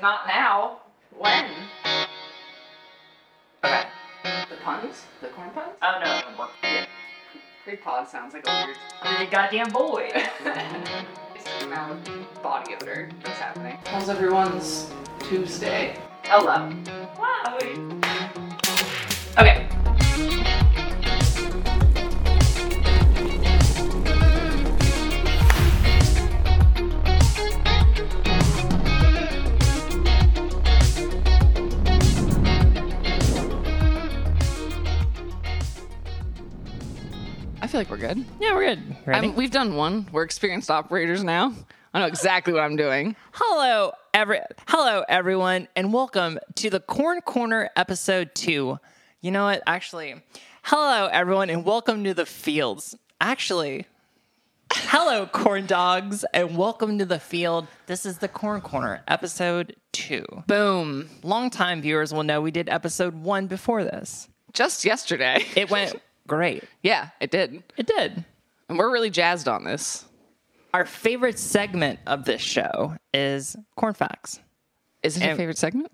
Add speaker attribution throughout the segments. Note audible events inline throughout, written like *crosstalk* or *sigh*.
Speaker 1: not now, when? Okay. The puns? The corn puns?
Speaker 2: Oh no.
Speaker 1: Creek pod sounds like a weird.
Speaker 2: The goddamn boy.
Speaker 1: *laughs* It's the amount of body odor that's happening. How's everyone's Tuesday? Hello.
Speaker 2: wow.
Speaker 1: Okay. I feel like we're good.
Speaker 2: Yeah, we're good. Ready?
Speaker 1: I'm, we've done one. We're experienced operators now. I know exactly what I'm doing.
Speaker 2: Hello, every hello everyone, and welcome to the Corn Corner episode two. You know what? Actually, hello everyone, and welcome to the fields. Actually, hello *laughs* corn dogs, and welcome to the field. This is the Corn Corner episode two.
Speaker 1: Boom.
Speaker 2: Longtime viewers will know we did episode one before this.
Speaker 1: Just yesterday.
Speaker 2: It *laughs* went great.
Speaker 1: *laughs* yeah, it did.
Speaker 2: It did.
Speaker 1: And we're really jazzed on this.
Speaker 2: Our favorite segment of this show is corn facts.
Speaker 1: Is it your
Speaker 2: And-
Speaker 1: favorite segment?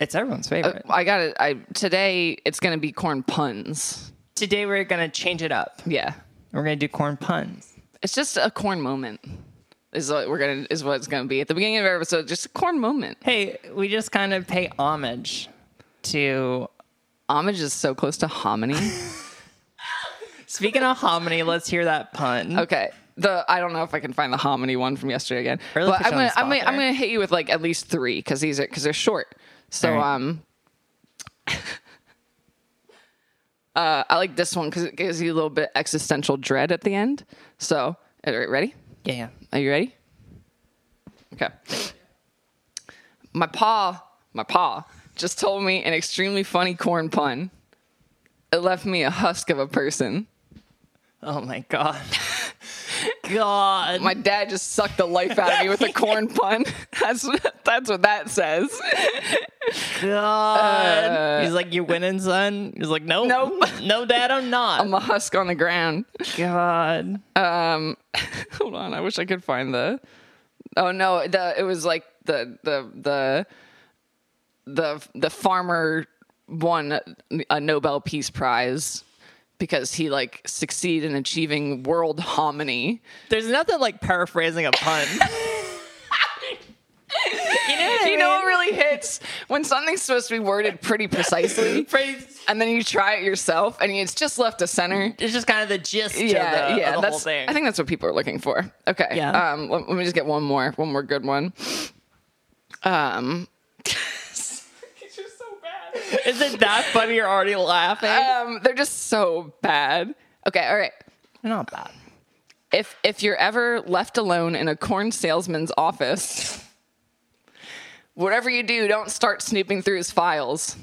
Speaker 2: It's everyone's favorite.
Speaker 1: I got it. I today it's gonna be corn puns.
Speaker 2: Today we're gonna change it up.
Speaker 1: Yeah,
Speaker 2: We're gonna do corn puns.
Speaker 1: it's just a corn moment. Is what we're gonna is what it's gonna be at the beginning of every episode. Just a corn moment.
Speaker 2: Hey, we just kind of pay homage to.
Speaker 1: Homage is so close to hominy.
Speaker 2: Speaking of hominy, let's hear that pun.
Speaker 1: okay. The I don't know if I can find the hominy one from yesterday again.
Speaker 2: Or let's
Speaker 1: But
Speaker 2: put
Speaker 1: I'm
Speaker 2: you on
Speaker 1: gonna
Speaker 2: the
Speaker 1: I'm
Speaker 2: spot
Speaker 1: gonna, I'm
Speaker 2: there.
Speaker 1: gonna hit you with like at least three because these are because they're short. So
Speaker 2: All right.
Speaker 1: um. *laughs* Uh, I like this one because it gives you a little bit existential dread at the end. So, all right, ready?
Speaker 2: Yeah, yeah.
Speaker 1: Are you ready? Okay. My pa, my pa, just told me an extremely funny corn pun. It left me a husk of a person.
Speaker 2: Oh my god. *laughs* God.
Speaker 1: My dad just sucked the life out of me with a corn pun. That's that's what that says.
Speaker 2: God. He's like, you winning, son? He's like, no,
Speaker 1: Nope.
Speaker 2: no, dad, I'm not.
Speaker 1: I'm a husk on the ground.
Speaker 2: Oh God.
Speaker 1: Um, *laughs* hold on, I wish I could find the. Oh no, the it was like the the the the the farmer won a Nobel Peace Prize because he like succeed in achieving world harmony.
Speaker 2: There's nothing like paraphrasing a *laughs* pun. you know what I
Speaker 1: You know
Speaker 2: mean?
Speaker 1: what really hits when something's supposed to be worded pretty
Speaker 2: *laughs*
Speaker 1: precisely,
Speaker 2: Phrase-
Speaker 1: and then you try it yourself, and it's just left to center.
Speaker 2: It's just kind of the gist of the, of the
Speaker 1: that's,
Speaker 2: whole thing.
Speaker 1: I think that's what people are looking for. Okay.
Speaker 2: Yeah.
Speaker 1: Um, let, let me just get one more, one more good one. Um,
Speaker 2: Is it that funny? You're already laughing.
Speaker 1: um, they're just so bad. Okay. All right.
Speaker 2: Not bad.
Speaker 1: If if you're ever left alone in a corn salesman's office, whatever you do, don't start snooping through his files.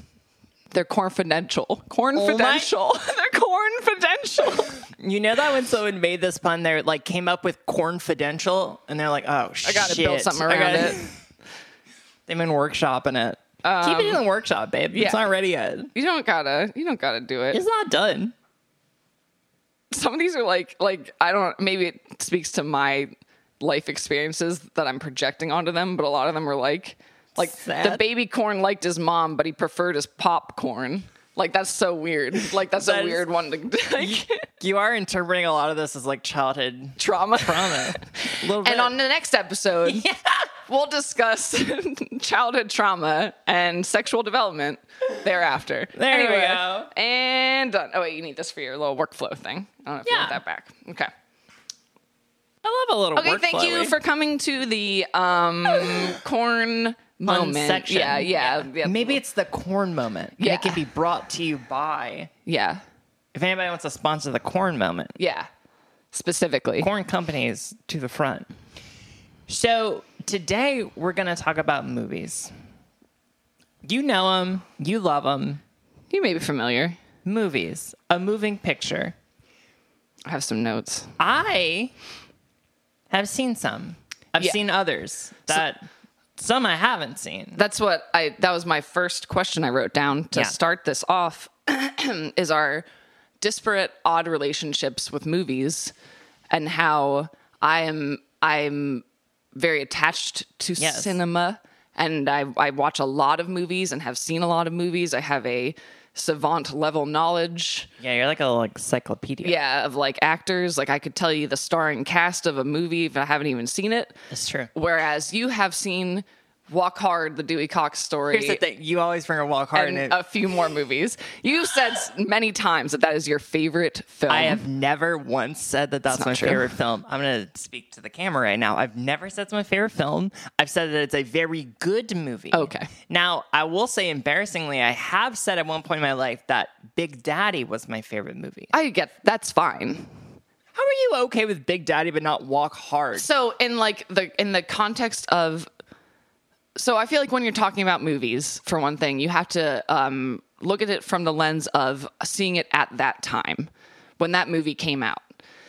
Speaker 1: They're confidential.
Speaker 2: Oh
Speaker 1: Confidential. *laughs* they're confidential.
Speaker 2: *laughs* You know that when someone made this pun, they like came up with confidential, and they're like, "Oh shit,
Speaker 1: I gotta build something
Speaker 2: I
Speaker 1: around
Speaker 2: gotta-
Speaker 1: it.
Speaker 2: *laughs*
Speaker 1: Um,
Speaker 2: They've been workshopping it. Keep it in the workshop, babe. It's
Speaker 1: yeah.
Speaker 2: not ready yet.
Speaker 1: You don't gotta. You don't gotta do it.
Speaker 2: It's not done.
Speaker 1: some of these are like like I don't maybe it speaks to my life experiences that I'm projecting onto them, but a lot of them are like like the
Speaker 2: Sad.
Speaker 1: baby corn liked his mom, but he preferred his popcorn. Like that's so weird. Like that's
Speaker 2: That
Speaker 1: a
Speaker 2: is-
Speaker 1: weird one to *laughs* like,
Speaker 2: You are interpreting a lot of this as like childhood
Speaker 1: trauma.
Speaker 2: trauma. A little
Speaker 1: *laughs*
Speaker 2: bit.
Speaker 1: And on the next episode, we'll discuss *laughs* childhood trauma and sexual development thereafter.
Speaker 2: There we go.
Speaker 1: And done. Oh wait, you need this for your little workflow thing. I don't know if you want
Speaker 2: Yeah.
Speaker 1: that back. Okay.
Speaker 2: I love a little.
Speaker 1: Okay, thank you
Speaker 2: workflowy.
Speaker 1: for coming to the um
Speaker 2: *laughs*
Speaker 1: corn moment.
Speaker 2: section.
Speaker 1: Yeah, yeah, yeah.
Speaker 2: Maybe it's the corn moment. And
Speaker 1: Yeah.
Speaker 2: It can be brought to you by.
Speaker 1: yeah,
Speaker 2: If anybody wants to sponsor the corn moment,
Speaker 1: yeah. Specifically,
Speaker 2: corn companies to the front. So today we're going to talk about movies. You know them, you love them.
Speaker 1: you may be familiar.
Speaker 2: Movies, a moving picture.
Speaker 1: I have some notes.
Speaker 2: I have seen some. I've
Speaker 1: Yeah.
Speaker 2: seen others that some I haven't seen.
Speaker 1: That's what I. That was my first question I wrote down to
Speaker 2: Yeah.
Speaker 1: start this off. *clears throat* is our disparate, odd relationships with movies, and how I am I'm very attached to
Speaker 2: Yes.
Speaker 1: cinema and I, I watch a lot of movies and have seen a lot of movies. I have a savant level knowledge
Speaker 2: Yeah, you're like a like encyclopedia.
Speaker 1: yeah of like actors like i could tell you the starring cast of a movie if i haven't even seen it
Speaker 2: that's true.
Speaker 1: whereas you have seen walk hard the dewey cox story
Speaker 2: Here's the thing: you always bring a walk hard,
Speaker 1: and
Speaker 2: and,
Speaker 1: a few more movies you said s- many times that that is your favorite film
Speaker 2: I have never once said that that's
Speaker 1: not
Speaker 2: my
Speaker 1: true.
Speaker 2: favorite film. I'm going to speak to the camera right now. I've never said it's my favorite film. I've said that it's a very good movie.
Speaker 1: Okay.
Speaker 2: Now, I will say embarrassingly, I have said at one point in my life that Big Daddy was my favorite movie.
Speaker 1: i get that's fine
Speaker 2: How are you okay with Big Daddy but not Walk Hard?
Speaker 1: so in like the in the context of so i feel like when you're talking about movies for one thing you have to um, look at it from the lens of seeing it at that time when that movie came out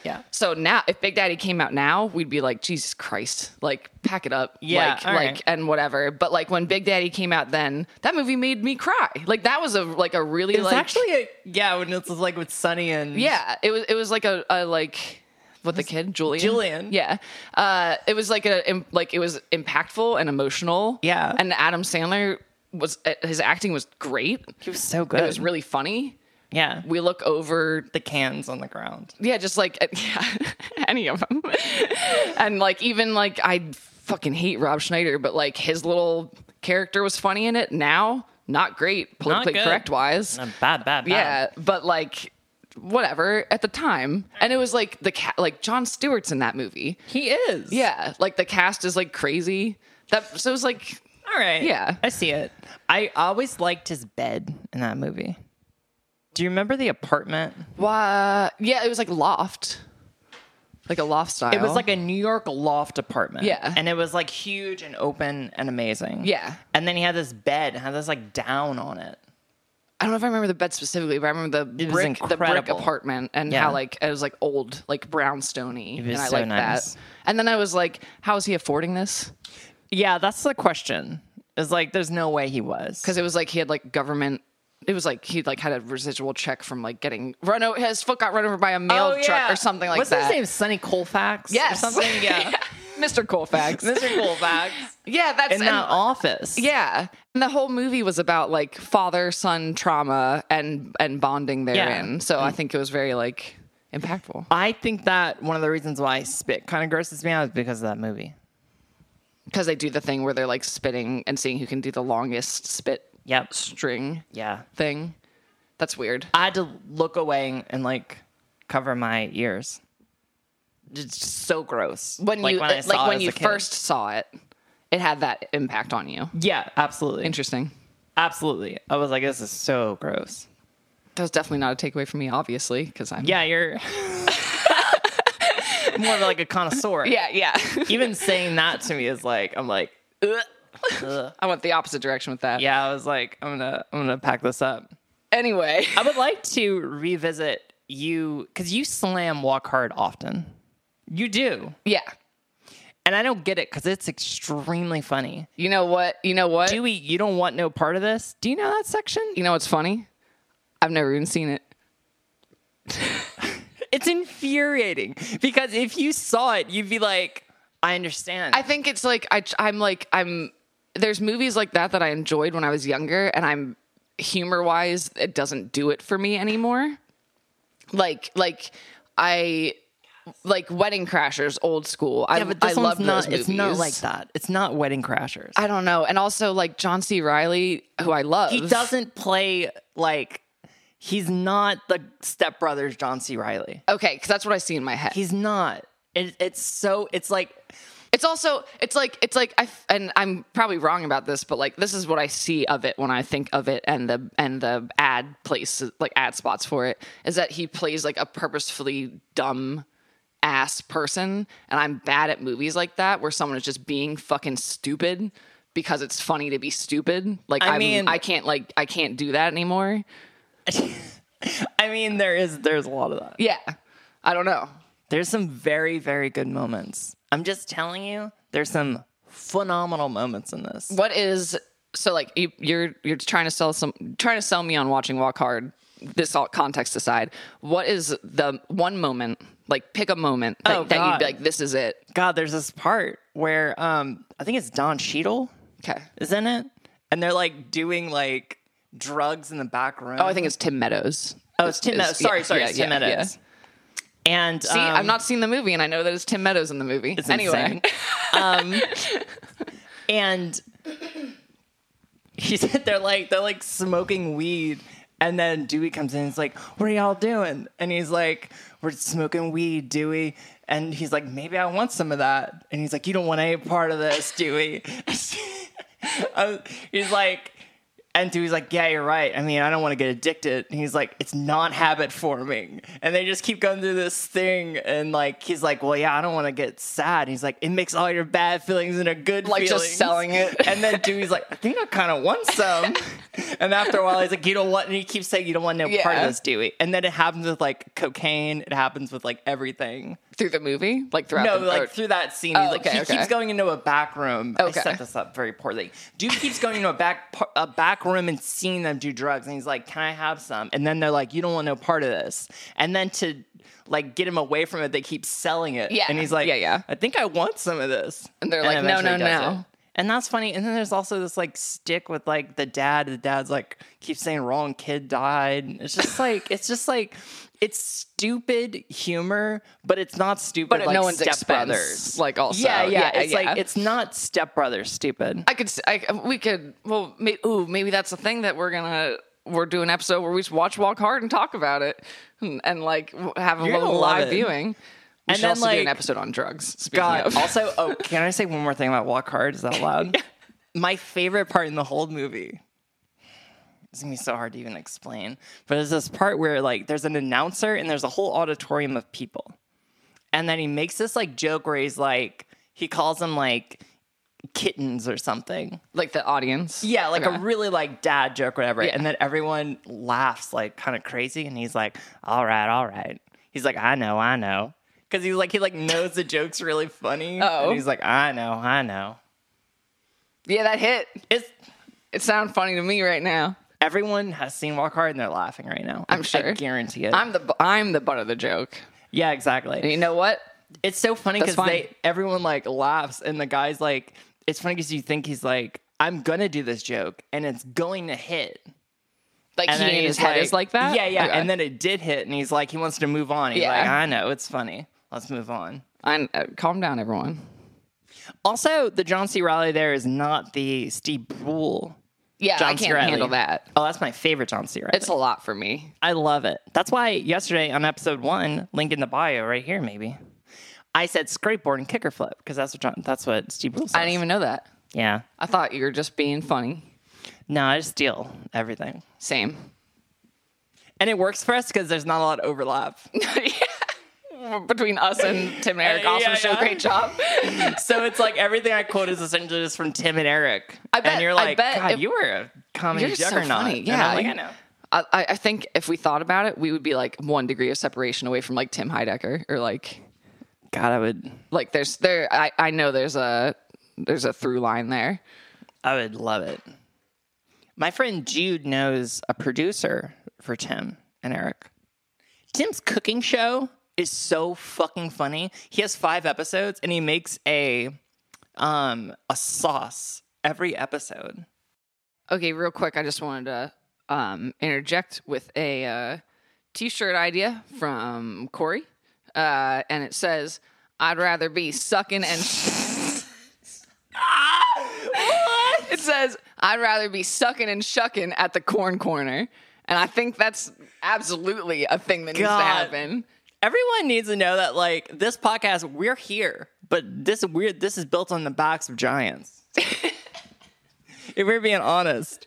Speaker 2: Yeah.
Speaker 1: so now if big daddy came out now we'd be like jesus christ like pack it up
Speaker 2: Yeah,
Speaker 1: like
Speaker 2: all right.
Speaker 1: like and whatever but like when big daddy came out then that movie made me cry like that was a like a really
Speaker 2: It's
Speaker 1: like
Speaker 2: actually a yeah, when it's like with Sonny and
Speaker 1: yeah, it was it was like a, a like what the kid Julian.
Speaker 2: Julian.
Speaker 1: Yeah, uh, it was like a im- like it was impactful and emotional.
Speaker 2: Yeah.
Speaker 1: and Adam Sandler was uh, his acting was great.
Speaker 2: He was so good.
Speaker 1: It was really funny.
Speaker 2: yeah.
Speaker 1: We look over,
Speaker 2: the cans on the ground.
Speaker 1: yeah, just like *laughs* uh, yeah, any of them, *laughs* and like even like I fucking hate Rob Schneider, but like his little character was funny in it. Now not great politically
Speaker 2: good.
Speaker 1: correct wise.
Speaker 2: Bad, bad, bad.
Speaker 1: Yeah,
Speaker 2: Um,
Speaker 1: but like whatever at the time. And it was like the cat like John Stewart's in that movie.
Speaker 2: He is.
Speaker 1: Yeah, like the cast is like crazy. That so it was like
Speaker 2: All right.
Speaker 1: Yeah.
Speaker 2: I see it. I always liked his bed in that movie. Do you remember the apartment?
Speaker 1: wha- yeah, it was like loft. Like a loft style.
Speaker 2: It was like a New York loft apartment.
Speaker 1: Yeah.
Speaker 2: And it was like huge and open and amazing.
Speaker 1: Yeah.
Speaker 2: And then he had this bed, had this like down on it.
Speaker 1: I don't know if I remember the bed specifically, but I remember the
Speaker 2: was
Speaker 1: brick the brick
Speaker 2: incredible.
Speaker 1: apartment and
Speaker 2: Yeah.
Speaker 1: how like it was like old, like brownstony.
Speaker 2: was
Speaker 1: and I
Speaker 2: so
Speaker 1: liked
Speaker 2: nice.
Speaker 1: that. And then I was like, how is he affording this?
Speaker 2: Yeah, that's the question. It's like there's no way he was.
Speaker 1: because it was like he had like government. It was like he like had a residual check from like getting run over. His foot got run over by a mail truck or something like
Speaker 2: Oh, What's
Speaker 1: that.
Speaker 2: his name? Sonny Colfax?
Speaker 1: Yes, *laughs*
Speaker 2: Or *laughs* something? Yeah.
Speaker 1: Mr. Colfax.
Speaker 2: *laughs* Mr. Colfax.
Speaker 1: yeah, that's
Speaker 2: In
Speaker 1: and-
Speaker 2: that office.
Speaker 1: yeah. And the whole movie was about like father son trauma and and bonding therein. So
Speaker 2: Mm.
Speaker 1: I think it was very like impactful.
Speaker 2: I think that one of the reasons why Spit kind of grosses me out is because of that movie.
Speaker 1: because they do the thing where they're like spitting and seeing who can do the longest spit
Speaker 2: Yep.
Speaker 1: string
Speaker 2: Yeah.
Speaker 1: thing. That's weird.
Speaker 2: I had to look away and like cover my ears. It's just so gross.
Speaker 1: When you uh,
Speaker 2: I saw
Speaker 1: like
Speaker 2: it
Speaker 1: when
Speaker 2: as
Speaker 1: you
Speaker 2: a kid.
Speaker 1: first saw it, it had that impact on you.
Speaker 2: Yeah, absolutely.
Speaker 1: Interesting.
Speaker 2: Absolutely. I was like, this is so gross.
Speaker 1: That was definitely not a takeaway from me, obviously, because I'm
Speaker 2: Yeah, you're *laughs* more of like a
Speaker 1: *laughs*
Speaker 2: connoisseur.
Speaker 1: yeah, yeah. *laughs*
Speaker 2: Even saying that to me is like, I'm like,
Speaker 1: Ugh.
Speaker 2: Ugh.
Speaker 1: I went the opposite direction with that.
Speaker 2: yeah, I was like, I'm gonna I'm gonna pack this up.
Speaker 1: Anyway, *laughs*
Speaker 2: I would like to revisit you because you slam walk hard often. You do.
Speaker 1: yeah.
Speaker 2: And I don't get it because it's extremely funny.
Speaker 1: You know what? You know what?
Speaker 2: Dewey, you don't want no part of this. Do you know that section?
Speaker 1: you know what's funny? I've never even seen it.
Speaker 2: It's infuriating because if you saw it, you'd be like, I understand.
Speaker 1: I think it's like I, I'm like I'm. There's movies like that that I enjoyed when I was younger, and I'm humor wise, it doesn't do it for me anymore. Like like I like Wedding Crashers, old school. I,
Speaker 2: yeah, but this
Speaker 1: I love
Speaker 2: one's not.
Speaker 1: those movies.
Speaker 2: It's not like that. It's not Wedding Crashers.
Speaker 1: I don't know. And also like John C. Riley, who I love.
Speaker 2: he doesn't play like he's not the stepbrothers John C. Riley.
Speaker 1: Okay, because that's what I see in my head.
Speaker 2: He's not. It, it's so. It's like *laughs*
Speaker 1: it's also it's like it's like I f- and I'm probably wrong about this, but like this is what I see of it when I think of it, and the and the ad place like ad spots for it is that he plays like a purposefully dumb ass person, and I'm bad at movies like that where someone is just being fucking stupid because it's funny to be stupid. Like
Speaker 2: I
Speaker 1: I
Speaker 2: mean-
Speaker 1: mean, I can't like I can't do that anymore.
Speaker 2: I mean, there is there's a lot of that.
Speaker 1: Yeah, I don't know.
Speaker 2: There's some very very good moments. I'm just telling you, there's some phenomenal moments in this.
Speaker 1: what is so like you, you're you're trying to sell some trying to sell me on watching walk hard this all context aside what is the one moment like pick a moment that,
Speaker 2: Oh,
Speaker 1: that you'd
Speaker 2: God.
Speaker 1: be like this is it
Speaker 2: God, there's this part where um I think it's Don Cheadle
Speaker 1: Okay.
Speaker 2: is in it, and they're like doing like drugs in the back room.
Speaker 1: Oh, I think it's Tim Meadows.
Speaker 2: Oh, it's Tim Meadows. Sorry, sorry, it's Tim Meadows. And
Speaker 1: See,
Speaker 2: um,
Speaker 1: I've not seen the movie, and I know that it's Tim Meadows in the movie.
Speaker 2: It's
Speaker 1: anyway, *laughs*
Speaker 2: and *laughs* he's they're like they're like smoking weed and then dewey comes in and he's like what are y'all doing and he's like we're smoking weed dewey and he's like maybe i want some of that and he's like you don't want any part of this dewey *laughs* Uh, he's like and Dewey's like, yeah, you're right. I mean, I don't want to get addicted. And he's like, it's non habit forming. And they just keep going through this thing. And like, he's like, well, yeah, I don't want to get sad. And he's like, it makes all your bad feelings into good
Speaker 1: Like, just
Speaker 2: feelings.
Speaker 1: selling it.
Speaker 2: And then Dewey's like, I think I kind of want some. and after a while, he's like, you don't want, and he keeps saying, you don't want no part
Speaker 1: Yeah.
Speaker 2: of this, Dewey. And then it happens with like cocaine. It happens with like everything.
Speaker 1: through the movie, like throughout.
Speaker 2: No,
Speaker 1: the,
Speaker 2: like
Speaker 1: or-
Speaker 2: through that scene, he's
Speaker 1: Oh,
Speaker 2: like
Speaker 1: okay,
Speaker 2: he
Speaker 1: okay.
Speaker 2: keeps going into a back room.
Speaker 1: Okay.
Speaker 2: I set this up very poorly. Dude keeps going into a back par- a back room and seeing them do drugs, and he's like, "Can I have some?" And then they're like, "You don't want no part of this." And then to like get him away from it, they keep selling it.
Speaker 1: Yeah.
Speaker 2: and he's like,
Speaker 1: Yeah, yeah.
Speaker 2: I think I want some of this."
Speaker 1: And they're like, "No,
Speaker 2: eventually
Speaker 1: no,
Speaker 2: he does
Speaker 1: no."
Speaker 2: it. And that's funny. And then there's also this like stick with like the dad. The dad's like keeps saying wrong kid died. And It's just like it's just like it's stupid humor, but it's not stupid.
Speaker 1: but at
Speaker 2: like
Speaker 1: no one's
Speaker 2: Step
Speaker 1: expense.
Speaker 2: Brothers.
Speaker 1: Like also,
Speaker 2: yeah, yeah, It's
Speaker 1: yeah.
Speaker 2: like it's not Step Brothers stupid.
Speaker 1: I could. s- I, we could. Well, may, ooh, maybe that's the thing that we're gonna. We're doing an episode where we just watch Walk Hard and talk about it, and, and like w- have a
Speaker 2: You're
Speaker 1: little
Speaker 2: gonna love
Speaker 1: live
Speaker 2: it.
Speaker 1: viewing. We
Speaker 2: And
Speaker 1: should
Speaker 2: then,
Speaker 1: also do an
Speaker 2: like,
Speaker 1: episode on drugs. Speaking
Speaker 2: God.
Speaker 1: *laughs* of,
Speaker 2: also, oh, can I say one more thing about Walk Hard? Is that *laughs* allowed? My favorite part in the whole movie. It's gonna be so hard to even explain, but there's this part where like there's an announcer and there's a whole auditorium of people, and then he makes this like joke where he's like he calls them like kittens or something.
Speaker 1: like the audience.
Speaker 2: Yeah, like
Speaker 1: Okay.
Speaker 2: a really like dad joke, whatever.
Speaker 1: Yeah.
Speaker 2: And then everyone laughs like kind of crazy, and he's like, "All right, all right." He's like, "I know, I know," because he's like he like knows the joke's really funny.
Speaker 1: Oh.
Speaker 2: and he's like, "I know, I know."
Speaker 1: yeah, that hit.
Speaker 2: It's
Speaker 1: It sounded funny to me right now.
Speaker 2: everyone has seen Walk Hard and they're laughing right now.
Speaker 1: I'm
Speaker 2: I-
Speaker 1: sure.
Speaker 2: I guarantee it.
Speaker 1: I'm the bu- I'm the butt of the joke.
Speaker 2: yeah,
Speaker 1: And
Speaker 2: exactly.
Speaker 1: you know what?
Speaker 2: It's so funny
Speaker 1: That's
Speaker 2: because
Speaker 1: fine.
Speaker 2: they everyone like laughs, and the guy's like, it's funny because you think he's like, "I'm gonna do this joke, and it's going to hit."
Speaker 1: Like
Speaker 2: and
Speaker 1: he
Speaker 2: then
Speaker 1: in his
Speaker 2: he's
Speaker 1: head is like that.
Speaker 2: Yeah, yeah.
Speaker 1: Okay.
Speaker 2: And then it did hit, and he's like, he wants to move on. He's
Speaker 1: Yeah.
Speaker 2: like, I know, it's funny. Let's move on.
Speaker 1: I'm, uh, calm down, everyone.
Speaker 2: Also, the John C. Riley there is not the Steve Brule.
Speaker 1: Yeah,
Speaker 2: John
Speaker 1: I can't
Speaker 2: Cirelli.
Speaker 1: handle that.
Speaker 2: Oh, that's my favorite John C. Riley.
Speaker 1: It's a lot for me.
Speaker 2: I love it. That's why yesterday on episode one, link in the bio right here, maybe. I said skateboard and kicker flip because that's what John, that's what Steve Brule says.
Speaker 1: I didn't even know that.
Speaker 2: yeah.
Speaker 1: I thought you were just being funny.
Speaker 2: No, I just steal everything,
Speaker 1: Same.
Speaker 2: and it works for us because there's not a lot of overlap.
Speaker 1: *laughs* Between us and Tim and Eric,
Speaker 2: Uh,
Speaker 1: also
Speaker 2: yeah,
Speaker 1: show
Speaker 2: yeah.
Speaker 1: great job.
Speaker 2: So it's like everything I quote is essentially just from Tim and Eric.
Speaker 1: I bet-
Speaker 2: and you're
Speaker 1: I
Speaker 2: like,
Speaker 1: bet
Speaker 2: God,
Speaker 1: if-
Speaker 2: you were a comedy
Speaker 1: You're so
Speaker 2: juggernaut.
Speaker 1: funny.
Speaker 2: And
Speaker 1: Yeah,
Speaker 2: I'm like,
Speaker 1: you-
Speaker 2: I know.
Speaker 1: I, I I think if we thought about it, we would be like one degree of separation away from like Tim Heidecker or like
Speaker 2: God, I would,
Speaker 1: like there's there. I I know there's a there's a through line there.
Speaker 2: I would love it. My friend Jude knows a producer for Tim and Eric. Tim's cooking show is so fucking funny. He has five episodes, and he makes a um a sauce every episode.
Speaker 1: Okay, real quick, I just wanted to um, interject with a uh, t-shirt idea from Corey, uh, and it says, "I'd rather be sucking and." It says, "I'd rather be sucking and shucking at the corn corner," and I think that's absolutely a thing that needs to
Speaker 2: God.
Speaker 1: happen.
Speaker 2: Everyone needs to know that, like, this podcast, we're here, but this weird, this is built on the backs
Speaker 1: *laughs*
Speaker 2: of giants. if we're being honest,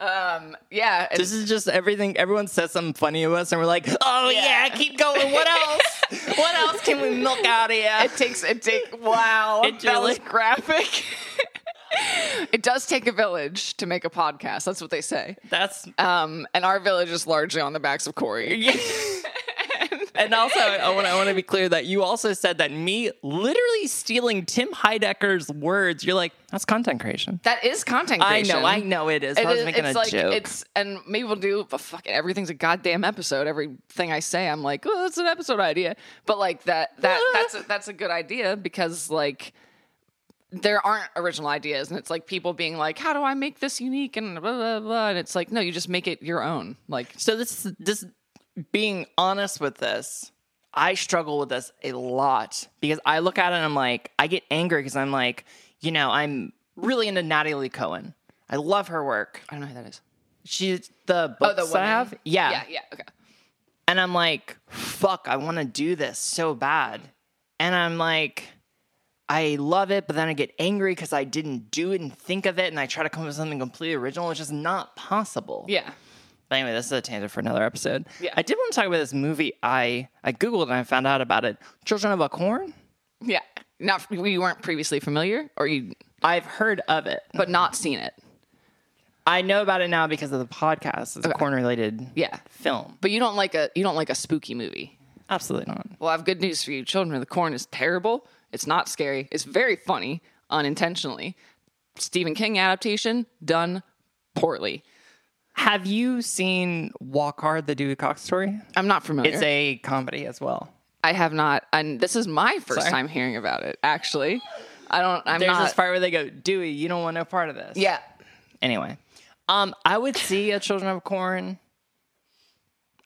Speaker 1: Um, Yeah, and-
Speaker 2: this is just everything. Everyone says something funny to us, and we're like, "Oh yeah,
Speaker 1: Yeah.
Speaker 2: keep going. What else? what else can we milk out
Speaker 1: *laughs*
Speaker 2: of you?"
Speaker 1: it takes it take wow
Speaker 2: *laughs* It
Speaker 1: that
Speaker 2: really-
Speaker 1: was graphic *laughs* it does take a village to make a podcast that's what they say *laughs*
Speaker 2: That's
Speaker 1: um and our village is largely on the backs of corey
Speaker 2: and also I want I want to be clear that you also said that me literally stealing Tim Heidecker's words. You're like, "That's content creation."
Speaker 1: that is content
Speaker 2: I
Speaker 1: creation
Speaker 2: know, I know it is.
Speaker 1: It
Speaker 2: I was
Speaker 1: is-
Speaker 2: making
Speaker 1: it's
Speaker 2: a
Speaker 1: like
Speaker 2: joke.
Speaker 1: it's and maybe we'll do but fuck it, everything's a goddamn episode everything i say i'm like oh that's an *laughs* episode idea but like that that that's a, that's a good idea because like there aren't original ideas and it's like people being like how do i make this unique and blah blah blah and it's like no you just make it your own like
Speaker 2: So this this being honest with this, I struggle with this a lot because I look at it and I'm like, I get angry because I'm like, you know, I'm really into Natalie Cohen. I love her work.
Speaker 1: i don't know who that is
Speaker 2: She's the books that I
Speaker 1: Oh, woman?
Speaker 2: have.
Speaker 1: yeah yeah okay
Speaker 2: And I'm like, fuck, I want to do this so bad. And I'm like, I love it, but then I get angry because I didn't do it and think of it, and I try to come up with something completely original. It's just not possible.
Speaker 1: yeah
Speaker 2: But anyway, this is a tangent for another episode.
Speaker 1: Yeah.
Speaker 2: I did want to talk about this movie. I I googled and I found out about it. Children of a Corn.
Speaker 1: yeah not we weren't previously familiar or you
Speaker 2: I've heard of it.
Speaker 1: but not seen it
Speaker 2: I know about it now because of the podcast. It's a corn related
Speaker 1: yeah
Speaker 2: film.
Speaker 1: but you don't like a you don't like a spooky movie
Speaker 2: Absolutely not.
Speaker 1: well i have good news for you children of the corn is terrible it's not scary it's very funny unintentionally stephen king adaptation done poorly
Speaker 2: Have you seen Walk Hard: The Dewey Cox Story?
Speaker 1: i'm not familiar
Speaker 2: It's a comedy as well.
Speaker 1: I have not, and this is my first
Speaker 2: Sorry.
Speaker 1: time hearing about it. Actually, I don't. I'm
Speaker 2: There's
Speaker 1: not.
Speaker 2: this part where they go, Dewey, you don't want no part of this.
Speaker 1: yeah,
Speaker 2: Anyway, um, I would see a Children of Corn.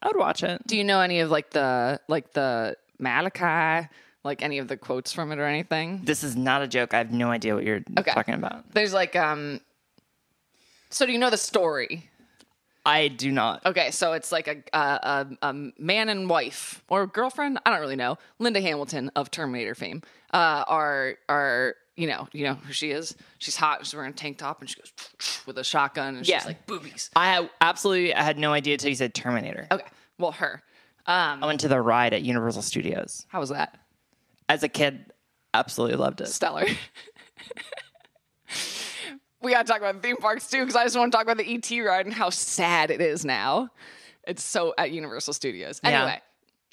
Speaker 2: I would watch it.
Speaker 1: do you know any of like the like the Malachi, like any of the quotes from it or anything?
Speaker 2: This is not a joke. I have no idea what you're
Speaker 1: Okay.
Speaker 2: talking about.
Speaker 1: There's like um. So do you know the story?
Speaker 2: I do not.
Speaker 1: Okay, so it's like a a, a, a man and wife or girlfriend. I don't really know. Linda Hamilton of Terminator fame. Uh, are are you know you know who she is? She's hot. She's wearing a tank top and she goes *laughs* with a shotgun and
Speaker 2: Yeah.
Speaker 1: she's like boobies.
Speaker 2: I ha- absolutely I had no idea until you said Terminator.
Speaker 1: Okay, well her. Um,
Speaker 2: I went to the ride at Universal Studios.
Speaker 1: how was that?
Speaker 2: As a kid, absolutely loved it.
Speaker 1: stellar. we gotta talk about theme parks too, because I just want to talk about the ET ride and how sad it is now. It's so at Universal Studios.
Speaker 2: Yeah.
Speaker 1: Anyway,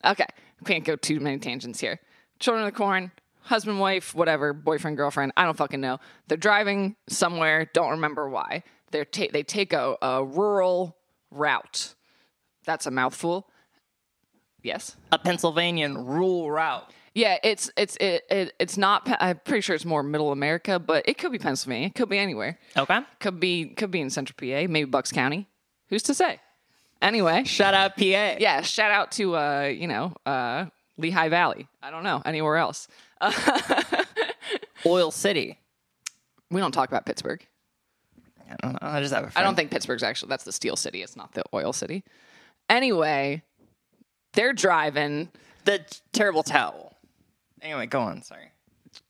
Speaker 1: okay, can't go too many tangents here. Children of the Corn, husband, wife, whatever, boyfriend, girlfriend. I don't fucking know. They're driving somewhere. Don't remember why. They're ta- they take a, a rural route. That's a mouthful. Yes.
Speaker 2: A Pennsylvanian rural route.
Speaker 1: Yeah, it's it's it, it it's not. Pe- I'm pretty sure it's more Middle America, but it could be Pennsylvania. It could be anywhere.
Speaker 2: Okay.
Speaker 1: Could be could be in Central PA. Maybe Bucks County. Who's to say? Anyway, sh-
Speaker 2: Shout out PA. Yeah.
Speaker 1: yeah. Shout out to uh, you know uh, Lehigh Valley. I don't know anywhere else.
Speaker 2: Oil City.
Speaker 1: We don't talk about Pittsburgh.
Speaker 2: I don't know. I just have a friend.
Speaker 1: I don't think Pittsburgh's actually that's the steel city. It's not the oil city. Anyway, they're driving.
Speaker 2: the t- terrible towel. Anyway, go on. Sorry.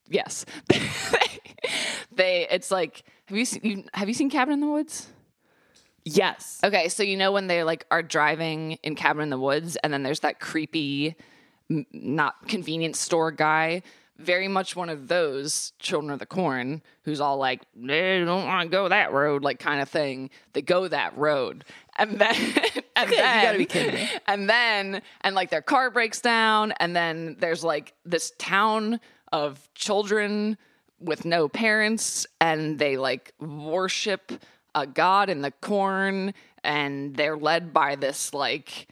Speaker 1: Yes, *laughs* they. It's like have you seen you, have you seen Cabin in the Woods?
Speaker 2: Yes.
Speaker 1: Okay, so you know when they like are driving in Cabin in the Woods, and then there's that creepy, m- not convenience store guy. Very much one of those children of the corn who's all like, "They don't want to go that road," like kind of thing. They go that road, and then *laughs* and
Speaker 2: You
Speaker 1: then
Speaker 2: gotta be kidding me.
Speaker 1: and then and like their car breaks down, and then there's like this town of children with no parents, and they like worship a god in the corn, and they're led by this like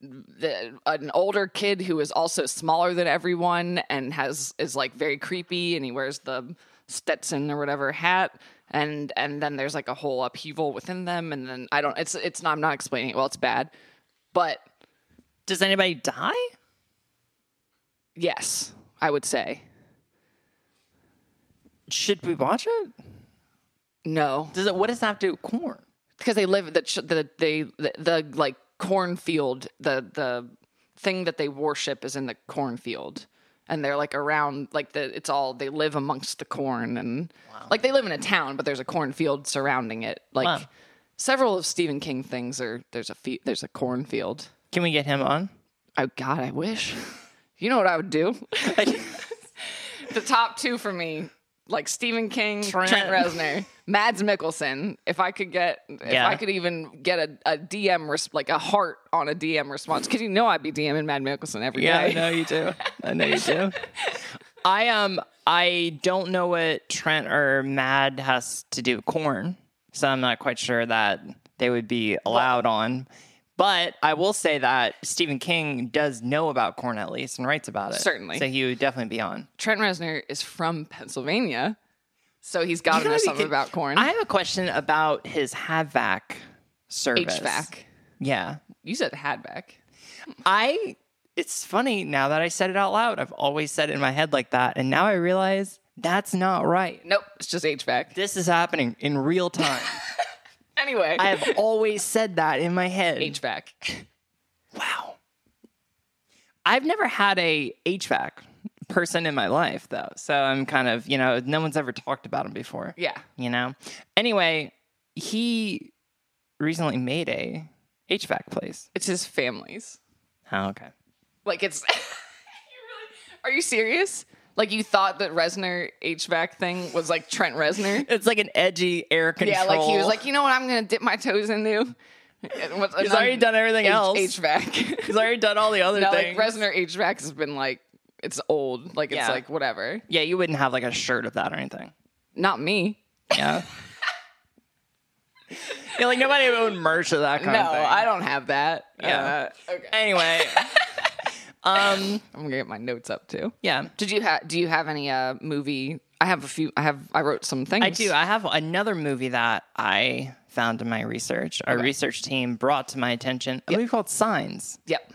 Speaker 1: the, uh, an older kid who is also smaller than everyone and has is like very creepy and he wears the Stetson or whatever hat and and then there's like a whole upheaval within them and then I don't it's it's not I'm not explaining it well it's bad but
Speaker 2: Does anybody die?
Speaker 1: yes I would say
Speaker 2: Should we watch it?
Speaker 1: no
Speaker 2: Does it? What does that have to do with corn?
Speaker 1: because they live the ch- the they the, the like cornfield the the thing that they worship is in the cornfield and they're like around like the it's all they live amongst the corn and like they live in a town but there's a cornfield surrounding it like
Speaker 2: Wow.
Speaker 1: several of Stephen King things are there's a fe- there's a cornfield
Speaker 2: Can we get him *laughs* on?
Speaker 1: oh god I wish you know what I would do the top two for me like Stephen King, Trent,
Speaker 2: Trent.
Speaker 1: Reznor, Mads Mikkelsen. If I could get, if
Speaker 2: Yeah.
Speaker 1: I could even get a, a DM, res- like a heart on a DM response, because you know I'd be DMing Mad Mikkelsen every day.
Speaker 2: Yeah, I know you do. I know you do. *laughs* I um I don't know what Trent or Mad has to do with corn, so I'm not quite sure that they would be allowed on. But I will say that Stephen King does know about corn at least and writes about it.
Speaker 1: Certainly.
Speaker 2: So he would definitely be on.
Speaker 1: Trent Reznor is from Pennsylvania, so he's got to
Speaker 2: You gotta
Speaker 1: know
Speaker 2: be
Speaker 1: something
Speaker 2: kidding.
Speaker 1: about corn.
Speaker 2: I have a question about his HVAC service.
Speaker 1: HVAC.
Speaker 2: Yeah.
Speaker 1: You said Hadback.
Speaker 2: I it's funny now that I said it out loud. I've always said it in my head like that, and now I realize that's not right.
Speaker 1: Nope, it's just HVAC.
Speaker 2: This is happening in
Speaker 1: *laughs*
Speaker 2: real time.
Speaker 1: Anyway,
Speaker 2: I have always said that in my head.
Speaker 1: HVAC.
Speaker 2: wow. I've never had a HVAC person in my life though. So I'm kind of, you know, no one's ever talked about him before.
Speaker 1: Yeah.
Speaker 2: You know? Anyway, he recently made a HVAC place.
Speaker 1: It's his family's.
Speaker 2: Oh, okay.
Speaker 1: Like it's. *laughs* You really- Are you serious? Like you thought that Reznor HVAC thing was like Trent Reznor?
Speaker 2: It's like an edgy air *laughs* control.
Speaker 1: Yeah, like he was like, you know what? I'm gonna dip my toes into. He's
Speaker 2: He's already done everything else.
Speaker 1: HVAC.
Speaker 2: *laughs* He's already done all the other
Speaker 1: now, like
Speaker 2: things.
Speaker 1: Reznor HVAC has been like it's old. Like it's
Speaker 2: Yeah.
Speaker 1: like whatever.
Speaker 2: yeah, you wouldn't have like a shirt of that or anything.
Speaker 1: Not me.
Speaker 2: *laughs* Yeah. yeah, like nobody would own merch of that kind
Speaker 1: No,
Speaker 2: of thing.
Speaker 1: I don't have that.
Speaker 2: Yeah.
Speaker 1: Uh, okay.
Speaker 2: Anyway, um,
Speaker 1: I'm gonna get my notes up too.
Speaker 2: *laughs* yeah.
Speaker 1: Did you have? Do you have any uh movie? I have a few. I have. I wrote some things.
Speaker 2: I do. I have another movie that I found in my research. Our research team brought to my attention a movie called Signs.
Speaker 1: Yep.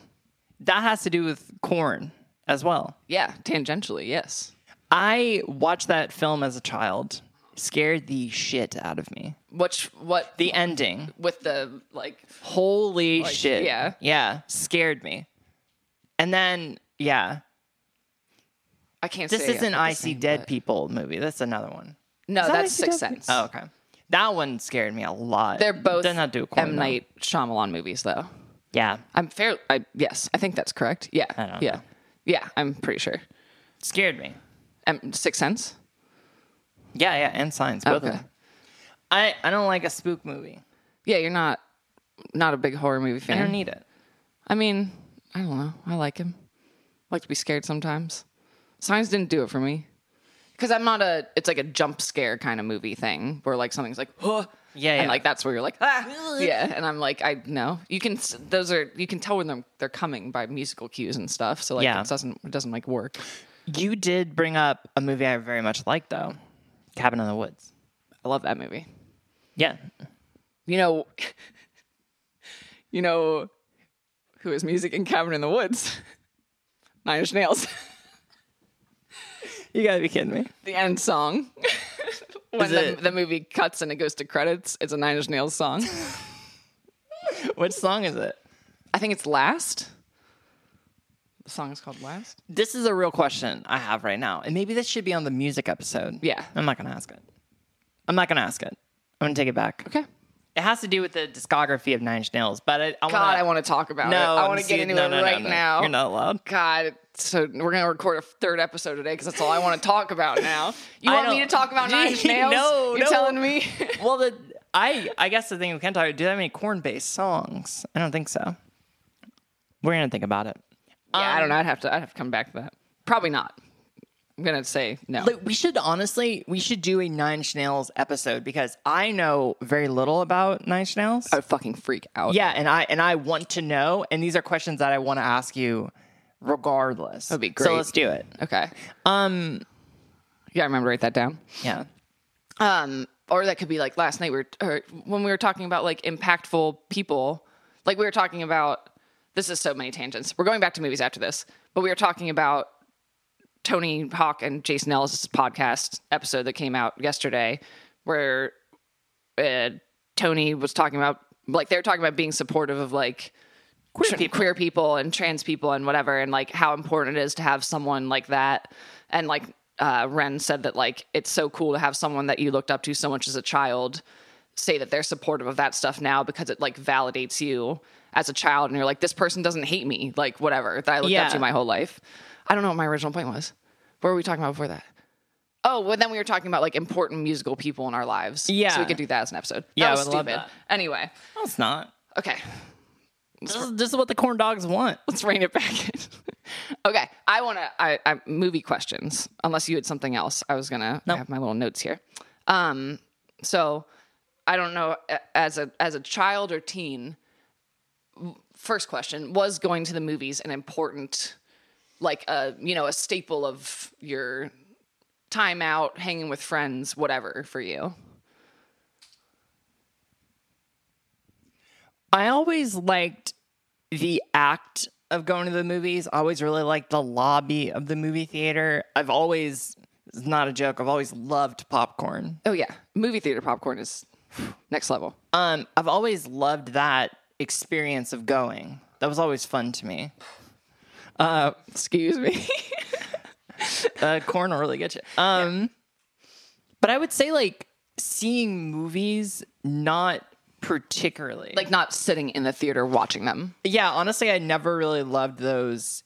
Speaker 2: That has to do with corn as well.
Speaker 1: Yeah. Tangentially, yes.
Speaker 2: I watched that film as a child, scared the shit out of me.
Speaker 1: Which what
Speaker 2: The ending.
Speaker 1: with the like
Speaker 2: Holy shit.
Speaker 1: yeah.
Speaker 2: Yeah. Scared me. And then, yeah.
Speaker 1: I can't.
Speaker 2: This
Speaker 1: say it
Speaker 2: isn't
Speaker 1: at the
Speaker 2: I See
Speaker 1: same-
Speaker 2: Dead People movie. That's another one.
Speaker 1: No,
Speaker 2: Is that
Speaker 1: that's
Speaker 2: I See
Speaker 1: Sixth
Speaker 2: Dead-
Speaker 1: Sense.
Speaker 2: Oh, okay. That one scared me a lot.
Speaker 1: They're both
Speaker 2: They're not do corn,
Speaker 1: M
Speaker 2: though.
Speaker 1: Night Shyamalan movies, though.
Speaker 2: Yeah.
Speaker 1: I'm fair. I yes, I think that's correct. Yeah,
Speaker 2: don't
Speaker 1: yeah,
Speaker 2: know.
Speaker 1: yeah. I'm pretty sure.
Speaker 2: Scared me.
Speaker 1: Um, Sixth Sense.
Speaker 2: Yeah, yeah, and signs. Both of
Speaker 1: Okay.
Speaker 2: them. I, I don't like a spook movie.
Speaker 1: Yeah, you're not not a big horror movie
Speaker 2: I
Speaker 1: fan.
Speaker 2: don't need it.
Speaker 1: I mean, I don't know. I like him. I like to be scared sometimes. Signs didn't do it for me because I'm not a. It's like a jump scare kind of movie thing where like something's like, huh.
Speaker 2: Yeah,
Speaker 1: and
Speaker 2: yeah.
Speaker 1: like that's where you're like, ah, yeah, and I'm like, I know you can. s- Those are you can tell when they're they're coming by musical cues and stuff. So like,
Speaker 2: Yeah.
Speaker 1: it doesn't it doesn't like work.
Speaker 2: You did bring up a movie I very much like though. Cabin in the Woods.
Speaker 1: I love that movie.
Speaker 2: Yeah.
Speaker 1: you know, *laughs* you know, who is music in Cabin in the Woods? *laughs* Nine Inch Nails. *laughs*
Speaker 2: You gotta be kidding me.
Speaker 1: the end song. when
Speaker 2: Is
Speaker 1: the,
Speaker 2: it-
Speaker 1: the movie cuts and it goes to credits, it's a Nine Inch Nails song.
Speaker 2: Which song is it?
Speaker 1: I think it's Last. The song is called Last.
Speaker 2: This is a real question I have right now. And maybe this should be on the music episode.
Speaker 1: Yeah.
Speaker 2: I'm not going to ask it. I'm not going to ask it. I'm going to take it back.
Speaker 1: Okay.
Speaker 2: It has to do with the discography of Nine Inch Nails, but I, I
Speaker 1: God, I
Speaker 2: want
Speaker 1: want to talk about
Speaker 2: to.
Speaker 1: it. I
Speaker 2: and
Speaker 1: want to
Speaker 2: see-
Speaker 1: get into
Speaker 2: no,
Speaker 1: it
Speaker 2: no, no,
Speaker 1: right
Speaker 2: no.
Speaker 1: now.
Speaker 2: You're not allowed.
Speaker 1: God, so we're gonna record a third episode today because that's all I want to talk about now. You
Speaker 2: *laughs* I
Speaker 1: want me to
Speaker 2: don't-
Speaker 1: talk about Nine Inch
Speaker 2: No,
Speaker 1: Nails?
Speaker 2: no.
Speaker 1: You're telling
Speaker 2: *laughs*
Speaker 1: me?
Speaker 2: *laughs* well, the I I guess the thing we can talk about, do that many corn based songs? I don't think so. We're gonna think about it.
Speaker 1: Yeah,
Speaker 2: Um,
Speaker 1: I don't know. I'd have to. I'd have to come back to that. Probably not. I'm gonna say no.
Speaker 2: Like, we should honestly, we should do a Nine Inch Nails episode because I know very little about Nine Inch Nails.
Speaker 1: I would fucking freak out.
Speaker 2: yeah, and I and I want to know, and these are questions that I want to ask you, regardless. That'd
Speaker 1: be
Speaker 2: So
Speaker 1: great.
Speaker 2: let's do it.
Speaker 1: Okay. Um. Yeah, I remember to write that down.
Speaker 2: Yeah.
Speaker 1: Um. Or that could be like last night. We were or when we were talking about like impactful people. Like we were talking about. This is so many tangents. We're going back to movies after this, but we were talking about Tony Hawk and Jason Ellis' podcast episode that came out yesterday, where uh, Tony was talking about like they were talking about being supportive of like queer, people. queer people and trans people and whatever, and like how important it is to have someone like that. And like uh, Ren said that like it's so cool to have someone that you looked up to so much as a child say that they're supportive of that stuff now because it like validates you as a child and you're like this person doesn't hate me like whatever that I looked
Speaker 2: Yeah.
Speaker 1: up to my whole life. I don't know what my original point was. What were we talking about before that? Oh, well, then we were talking about like important musical people in our lives.
Speaker 2: Yeah.
Speaker 1: So we could do that as an episode.
Speaker 2: Yeah, I
Speaker 1: that was
Speaker 2: would love
Speaker 1: stupid.
Speaker 2: that.
Speaker 1: Anyway,
Speaker 2: No, it's not.
Speaker 1: okay, *laughs*
Speaker 2: This is, this is what the corn dogs want.
Speaker 1: let's rein it back in. *laughs* okay, I want to, I, I, movie questions, unless you had something else. I was going to I have my little notes here. Um, so I don't know, a- as a, as a child or teen, first question was going to the movies an important like a you know a staple of your time out hanging with friends whatever for you
Speaker 2: I always liked the act of going to the movies. I always really liked the lobby of the movie theater. I've always, it's not a joke, I've always loved popcorn.
Speaker 1: oh yeah movie theater popcorn is next level
Speaker 2: Um, I've always loved that experience of going. That was always fun to me.
Speaker 1: excuse me *laughs*
Speaker 2: uh, corn will really get you. Um, but I would say like seeing movies, not particularly.
Speaker 1: like not sitting in the theater watching them
Speaker 2: yeah, honestly, I never really loved those.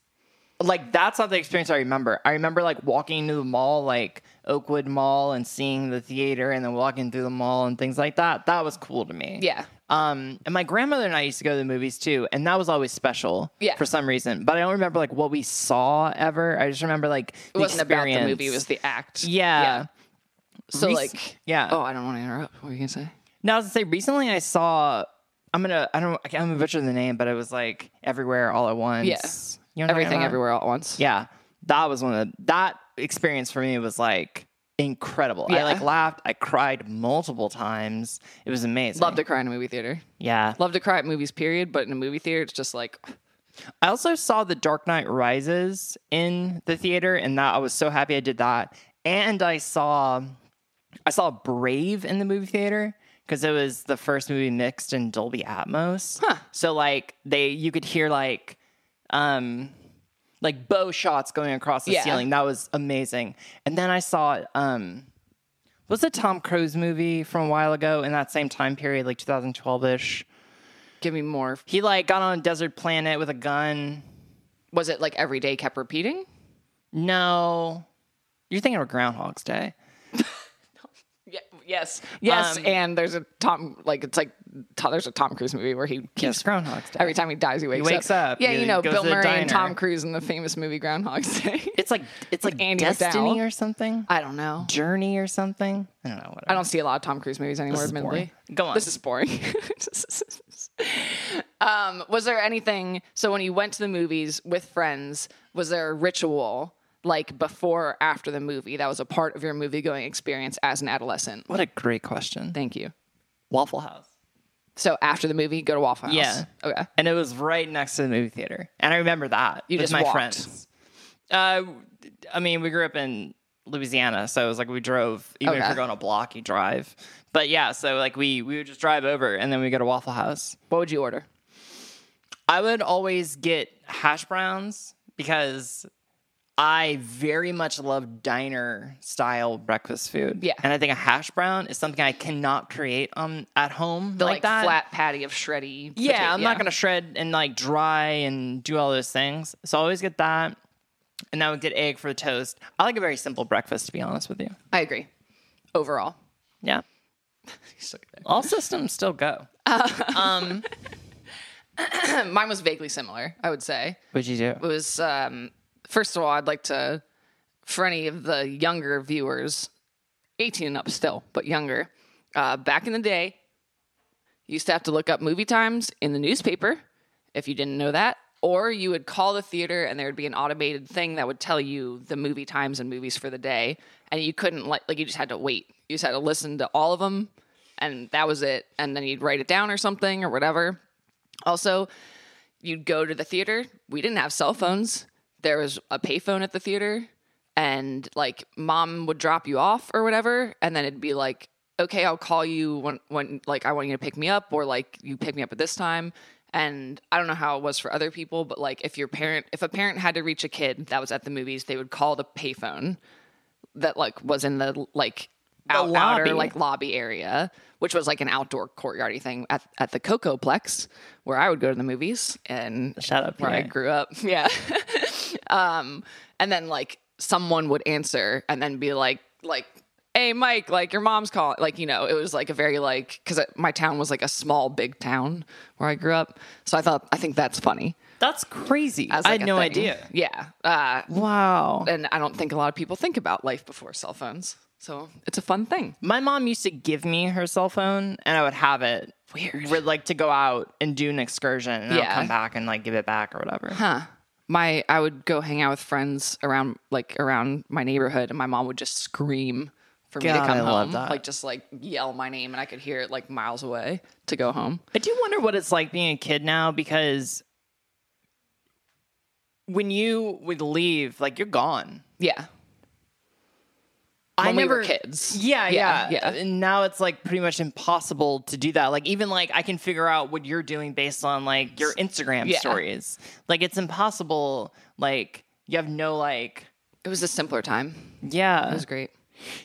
Speaker 2: Like that's not the experience I remember. I remember like walking into the mall, like Oakwood Mall, and seeing the theater, and then walking through the mall and things like that. That was cool to me.
Speaker 1: Yeah.
Speaker 2: Um, and my grandmother and I used to go to the movies too, and that was always special.
Speaker 1: Yeah.
Speaker 2: For some reason, but I don't remember like what we saw ever. I just remember like
Speaker 1: it
Speaker 2: the
Speaker 1: wasn't about the
Speaker 2: experience.
Speaker 1: movie it was the act
Speaker 2: yeah.
Speaker 1: so
Speaker 2: Rec-
Speaker 1: like
Speaker 2: yeah.
Speaker 1: oh i don't want to interrupt what were you gonna say
Speaker 2: No, I was gonna say recently I saw I'm gonna I don't I can't- I'm gonna butcher the name, but it was like everywhere all at once.
Speaker 1: Yeah.
Speaker 2: You know what I'm
Speaker 1: everything
Speaker 2: talking about?
Speaker 1: everywhere all at once
Speaker 2: Yeah. That was one of the, that experience for me was like incredible. I
Speaker 1: Yeah.
Speaker 2: like laughed, I cried multiple times. It was amazing.
Speaker 1: love to cry in a movie theater
Speaker 2: Yeah.
Speaker 1: love to cry at movies period but in a movie theater it's just like
Speaker 2: I also saw The Dark Knight Rises in the theater, and that I was so happy I did that. And I saw, I saw Brave in the movie theater because it was the first movie mixed in Dolby Atmos. So like they, you could hear like, um, like bow shots going across the
Speaker 1: Yeah.
Speaker 2: ceiling. That was amazing. And then I saw, um, was a Tom Cruise movie from a while ago in that same time period, like 2012 ish.
Speaker 1: give me more
Speaker 2: He like got on a desert planet with a gun.
Speaker 1: was it like every day kept repeating
Speaker 2: No. You're thinking of Groundhog's Day.
Speaker 1: Yeah, yes, yes,
Speaker 2: Um,
Speaker 1: and there's a Tom like it's like Tom, there's a Tom Cruise movie where he keeps
Speaker 2: Yes, Groundhog's Day.
Speaker 1: every time he dies he wakes,
Speaker 2: wakes up,
Speaker 1: Yeah,
Speaker 2: he
Speaker 1: you know
Speaker 2: goes
Speaker 1: Bill
Speaker 2: to the
Speaker 1: Murray and
Speaker 2: diner.
Speaker 1: Tom Cruise in the famous movie Groundhog's Day. *laughs*
Speaker 2: it's like it's like
Speaker 1: Andy
Speaker 2: Destiny
Speaker 1: McDowell.
Speaker 2: or something.
Speaker 1: I don't know.
Speaker 2: Journey or something. I don't know. Whatever.
Speaker 1: I don't see a lot of Tom Cruise movies anymore.
Speaker 2: is
Speaker 1: admittedly,
Speaker 2: boring. Go on.
Speaker 1: This is boring. *laughs* um, was there anything? So when you went to the movies with friends, was there a ritual like before or after the movie that was a part of your movie going experience as an adolescent?
Speaker 2: what a great question.
Speaker 1: Thank you.
Speaker 2: Waffle House.
Speaker 1: So after the movie, go to Waffle House.
Speaker 2: Yeah.
Speaker 1: Okay.
Speaker 2: And it was right next to the movie theater. And I remember that
Speaker 1: You
Speaker 2: with
Speaker 1: just
Speaker 2: my
Speaker 1: walked.
Speaker 2: friends. Uh, I mean, we grew up in Louisiana, so it was like we drove. Even if
Speaker 1: Okay.
Speaker 2: you're going a block, you drive. But yeah, so like we we would just drive over, and then we go to Waffle House.
Speaker 1: What would you order?
Speaker 2: I would always get hash browns because I very much love diner style breakfast food.
Speaker 1: Yeah.
Speaker 2: And I think a hash brown is something I cannot create um at home.
Speaker 1: The
Speaker 2: like,
Speaker 1: like,
Speaker 2: that.
Speaker 1: flat patty of shreddy.
Speaker 2: Yeah, I'm not gonna shred and like dry and do all those things. So I always get that. And I would get egg for toast. I like a very simple breakfast to be honest with you.
Speaker 1: I agree. Overall.
Speaker 2: Yeah. All systems
Speaker 1: *laughs*
Speaker 2: still go.
Speaker 1: Mine was vaguely similar, I would say.
Speaker 2: What'd you
Speaker 1: It
Speaker 2: do?
Speaker 1: was um, first of all, I'd like to for any of the younger viewers, 18 and up still, but younger, uh, back in the day, you used to have to look up movie times in the newspaper if you didn't know that. Or you would call the theater and there would be an automated thing that would tell you the movie times and movies for the day. And you couldn't, like, like you just had to wait. You just had to listen to all of them. And that was it. And then you'd write it down or something or whatever. Also, you'd go to the theater. We didn't have cell phones. There was a payphone at the theater, and like mom would drop you off or whatever, and then it'd be like, okay, I'll call you when when like I want you to pick me up, or like you pick me up at this time. And I don't know how it was for other people, but like if your parent, if a parent had to reach a kid that was at the movies, they would call the payphone that like was in the like out,
Speaker 2: lobby.
Speaker 1: outer like lobby area, which was like an outdoor courtyardy thing at, at the Cocoplex, where I would go to the movies and
Speaker 2: Shut up.
Speaker 1: where I
Speaker 2: Right.
Speaker 1: grew up. *laughs* Yeah. um, and then like someone would answer and then be like, like, hey Mike, like your mom's calling. Like you know, it was like a very like because my town was like a small big town where I grew up, so I thought I think that's funny.
Speaker 2: That's crazy.
Speaker 1: as,
Speaker 2: I
Speaker 1: like,
Speaker 2: had
Speaker 1: a
Speaker 2: no
Speaker 1: thing.
Speaker 2: idea.
Speaker 1: Yeah. Uh,
Speaker 2: Wow.
Speaker 1: and I don't think a lot of people think about life before cell phones. So it's a fun thing.
Speaker 2: My mom used to give me her cell phone and I would have it
Speaker 1: Weird.
Speaker 2: would like to go out and do an excursion and
Speaker 1: Yeah.
Speaker 2: I'll come back and like give it back or whatever.
Speaker 1: Huh. My I would go hang out with friends around like around my neighborhood and my mom would just scream for me to
Speaker 2: God,
Speaker 1: come
Speaker 2: I
Speaker 1: home.
Speaker 2: love that.
Speaker 1: Like just like yell my name and I could hear it like miles away to go home.
Speaker 2: I do wonder what it's like being a kid now because when you would leave, like you're gone.
Speaker 1: Yeah.
Speaker 2: I
Speaker 1: When we
Speaker 2: never
Speaker 1: were kids.
Speaker 2: Yeah, yeah,
Speaker 1: Yeah,
Speaker 2: yeah.
Speaker 1: yeah.
Speaker 2: And now it's like pretty much impossible to do that. Like even like I can figure out what you're doing based on like your Instagram
Speaker 1: Yeah.
Speaker 2: stories. Like it's impossible. Like you have no like
Speaker 1: It was a simpler time.
Speaker 2: yeah.
Speaker 1: It was great.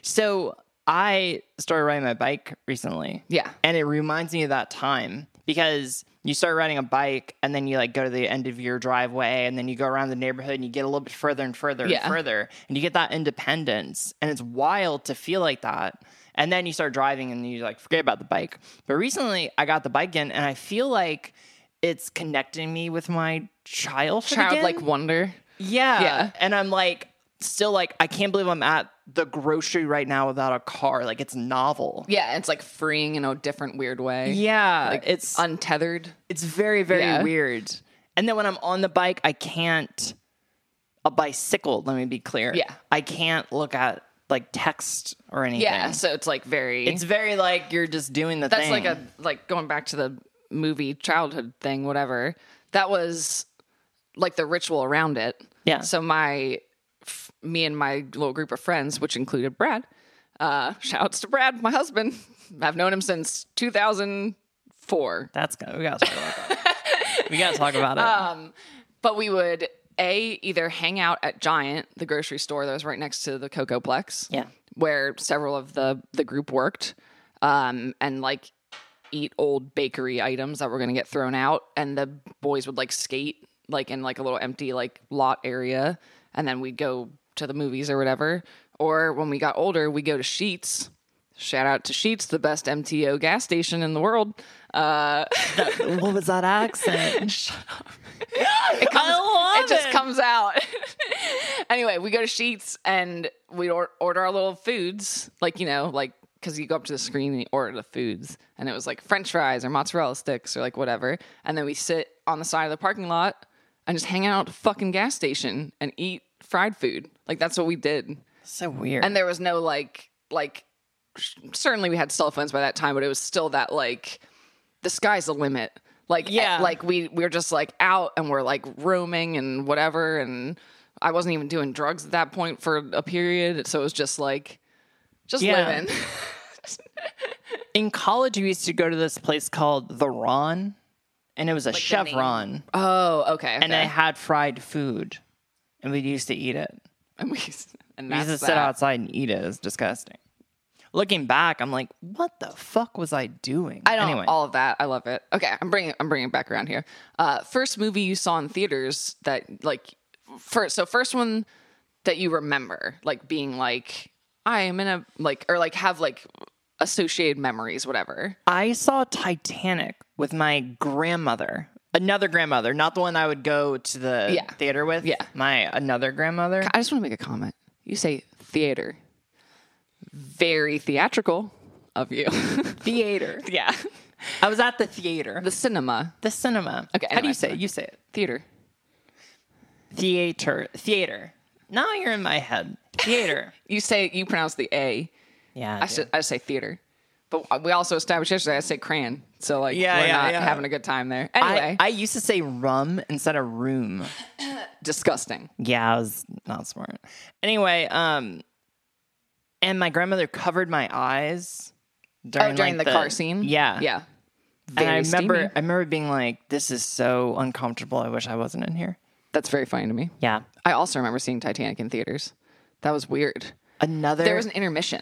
Speaker 2: So I started riding my bike recently.
Speaker 1: Yeah.
Speaker 2: And it reminds me of that time because you start riding a bike and then you like go to the end of your driveway and then you go around the neighborhood and you get a little bit further and further
Speaker 1: Yeah.
Speaker 2: and further and you get that independence and it's wild to feel like that. And then you start driving and you like forget about the bike. But recently I got the bike again and I feel like it's connecting me with my child
Speaker 1: Childlike wonder.
Speaker 2: yeah.
Speaker 1: Yeah.
Speaker 2: And I'm like, still like, I can't believe I'm at the grocery right now without a car. Like, it's novel.
Speaker 1: Yeah, it's like freeing in a different weird way.
Speaker 2: Yeah.
Speaker 1: Like
Speaker 2: it's
Speaker 1: untethered.
Speaker 2: it's very, very
Speaker 1: Yeah.
Speaker 2: weird. And then when I'm on the bike, I can't a bicycle, let me be clear.
Speaker 1: Yeah.
Speaker 2: I can't look at like text or anything.
Speaker 1: Yeah. So it's like very
Speaker 2: It's very like you're just doing the
Speaker 1: that's
Speaker 2: thing.
Speaker 1: like a like going back to the movie childhood thing whatever that was like the ritual around it
Speaker 2: Yeah.
Speaker 1: so my f- me and my little group of friends which included brad uh *laughs* shouts to brad my husband *laughs* i've known him since 2004
Speaker 2: that's good. We gotta talk about
Speaker 1: *laughs*
Speaker 2: that. we gotta talk about it.
Speaker 1: Uh, but we would a either hang out at giant the grocery store that was right next to the cocoplex
Speaker 2: Yeah.
Speaker 1: where several of the the group worked um and like eat old bakery items that were going to get thrown out and the boys would like skate like in like a little empty like lot area and then we'd go to the movies or whatever or when we got older we go to sheets shout out to sheets the best mto gas station in the world uh
Speaker 2: what was that accent?
Speaker 1: *laughs* it comes,
Speaker 2: I love
Speaker 1: it just
Speaker 2: it.
Speaker 1: comes out. *laughs* anyway, we go to Sheets and we or- order our little foods, like you know, like because you go up to the screen and you order the foods, and it was like French fries or mozzarella sticks or like whatever, and then we sit on the side of the parking lot and just hang out at the fucking gas station and eat fried food. Like that's what we did,
Speaker 2: so weird.
Speaker 1: and there was no like like sh- certainly we had cell phones by that time, but it was still that like the sky's the limit. Like
Speaker 2: Yeah.
Speaker 1: like we we were just like out and we're like roaming and whatever and I wasn't even doing drugs at that point for a period, so it was just like just
Speaker 2: Yeah.
Speaker 1: living. *laughs*
Speaker 2: in college we used to go to this place called the ron and it was a chevron
Speaker 1: Oh, okay.
Speaker 2: and they had fried food and we used to eat it
Speaker 1: *laughs* and we s- and
Speaker 2: we used to
Speaker 1: that's
Speaker 2: sit
Speaker 1: that.
Speaker 2: outside and eat it it's disgusting looking back i'm like what the fuck was i doing
Speaker 1: I don't
Speaker 2: anyway
Speaker 1: all of that. I love it. Okay, I'm bringing I'm bringing it back around here. Uh, first movie you saw in theaters that like first so first one that you remember like being like I am in a like or like have like associated memories whatever.
Speaker 2: i saw titanic with my grandmother another grandmother not the one i would go to the
Speaker 1: Yeah.
Speaker 2: theater with
Speaker 1: Yeah.
Speaker 2: my another grandmother
Speaker 1: I just want to make a comment. You say theater. Very theatrical of you. *laughs*
Speaker 2: theater
Speaker 1: yeah.
Speaker 2: i was at the theater
Speaker 1: The cinema.
Speaker 2: the cinema
Speaker 1: Okay,
Speaker 2: how do
Speaker 1: anyway.
Speaker 2: you say it you say it
Speaker 1: Theater.
Speaker 2: theater theater now you're in my head
Speaker 1: *laughs*
Speaker 2: theater
Speaker 1: You say you pronounce the A.
Speaker 2: yeah
Speaker 1: I should I say theater. But we also established yesterday I say crayon. So like
Speaker 2: Yeah,
Speaker 1: we're
Speaker 2: yeah,
Speaker 1: not
Speaker 2: yeah.
Speaker 1: having a good time there. Anyway,
Speaker 2: I, used to say rum instead of room
Speaker 1: disgusting.
Speaker 2: yeah i was not smart anyway um and my grandmother covered my eyes during,
Speaker 1: Oh, during
Speaker 2: like,
Speaker 1: the, car scene.
Speaker 2: yeah
Speaker 1: Yeah.
Speaker 2: and i
Speaker 1: Very
Speaker 2: remember
Speaker 1: steamy.
Speaker 2: i remember being like this is so uncomfortable i wish i wasn't in here
Speaker 1: That's very funny to me.
Speaker 2: yeah
Speaker 1: I also remember seeing Titanic in theaters. That was weird.
Speaker 2: another
Speaker 1: There was an intermission.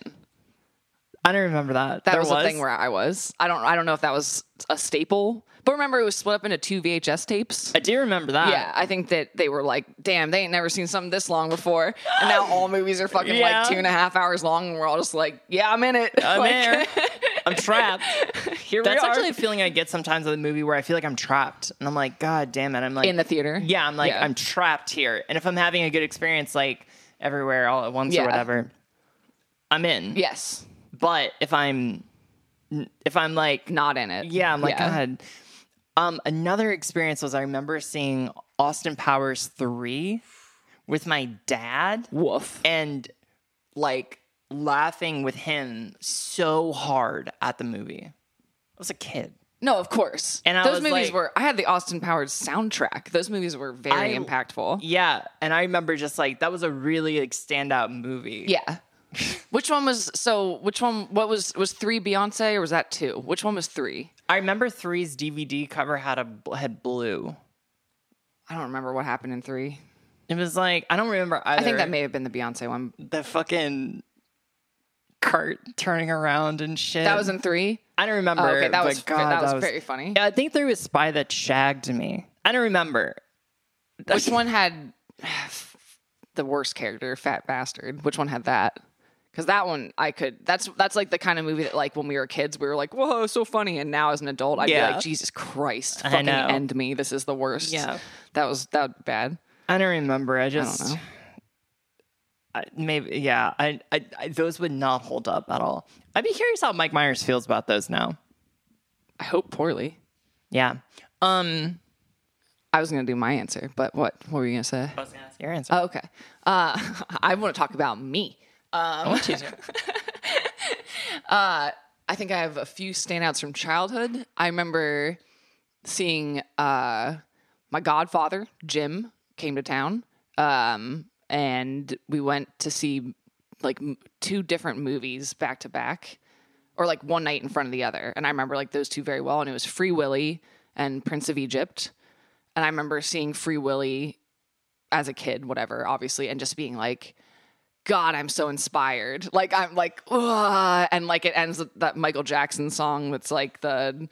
Speaker 2: i don't remember that
Speaker 1: That
Speaker 2: There
Speaker 1: was, the thing where I was. I don't I don't know if that was a staple. But remember it was split up into two VHS tapes.
Speaker 2: i do remember that
Speaker 1: Yeah, I think that they were like, damn, they ain't never seen something this long before. And now all movies are fucking
Speaker 2: Yeah.
Speaker 1: like two and a half hours long and we're all just like, Yeah, I'm in it. *laughs*
Speaker 2: I'm
Speaker 1: Like,
Speaker 2: there.
Speaker 1: *laughs*
Speaker 2: I'm trapped.
Speaker 1: Here we
Speaker 2: That's
Speaker 1: are.
Speaker 2: actually a feeling I get sometimes in the movie where I feel like I'm trapped, and I'm like, God damn it! I'm like
Speaker 1: in the theater.
Speaker 2: Yeah, I'm like
Speaker 1: Yeah.
Speaker 2: I'm trapped here, and if I'm having a good experience, like everywhere all at once
Speaker 1: Yeah.
Speaker 2: or whatever, I'm in.
Speaker 1: Yes.
Speaker 2: But if I'm if I'm like
Speaker 1: not in it.
Speaker 2: yeah, I'm like God. Um, another experience was I remember seeing Austin Powers three with my dad
Speaker 1: Woof.
Speaker 2: and like laughing with him so hard at the movie. I was a kid.
Speaker 1: No, of course.
Speaker 2: And I
Speaker 1: those
Speaker 2: was
Speaker 1: movies
Speaker 2: like-
Speaker 1: were. I had the Austin Powers soundtrack. Those movies were very
Speaker 2: I-
Speaker 1: impactful.
Speaker 2: Yeah, and I remember just like that was a really like standout movie.
Speaker 1: Yeah. which one was so? Which one? What was was three Beyonce or was that two? Which one was three?
Speaker 2: I remember Three's DVD cover had a had blue.
Speaker 1: I don't remember what happened in three.
Speaker 2: It was like I don't remember either.
Speaker 1: I think that may have been the Beyonce one.
Speaker 2: the fucking cart turning around and shit.
Speaker 1: That was in three.
Speaker 2: I don't remember.
Speaker 1: okay, that
Speaker 2: but
Speaker 1: was-
Speaker 2: God,
Speaker 1: that was very funny.
Speaker 2: Yeah, I think there was Spy that shagged me. I don't remember.
Speaker 1: Which one had *sighs* the worst character, Fat Bastard? Which one had that? Because that one I could. That's that's like the kind of movie that like when we were kids we were like, whoa, so funny, and now as an adult I'd
Speaker 2: Yeah.
Speaker 1: be like, Jesus Christ, fucking
Speaker 2: know.
Speaker 1: end me. This is the worst.
Speaker 2: Yeah.
Speaker 1: that was that was bad.
Speaker 2: I don't remember. I just
Speaker 1: know.
Speaker 2: I- maybe yeah. I, I, I those would not hold up at all. I'd be curious how Mike Myers feels about those now.
Speaker 1: I hope poorly.
Speaker 2: Yeah. Um.
Speaker 1: I was gonna do my answer, but what what were you gonna say?
Speaker 2: I was gonna ask your answer.
Speaker 1: Oh, okay, uh, *laughs* I want to talk about me. Um,
Speaker 2: I want
Speaker 1: *laughs*
Speaker 2: you to.
Speaker 1: uh, I think I have a few standouts from childhood. I remember seeing uh, my godfather, Jim, came to town. Um, and we went to see like m- two different movies back to back, or like one night in front of the other. And I remember like those two very well. And it was Free Willy and Prince of Egypt. And I remember seeing Free Willy as a kid, whatever, obviously, and just being like, God, I'm so inspired. Like I'm like, Ugh. and like it ends with that Michael Jackson song that's like the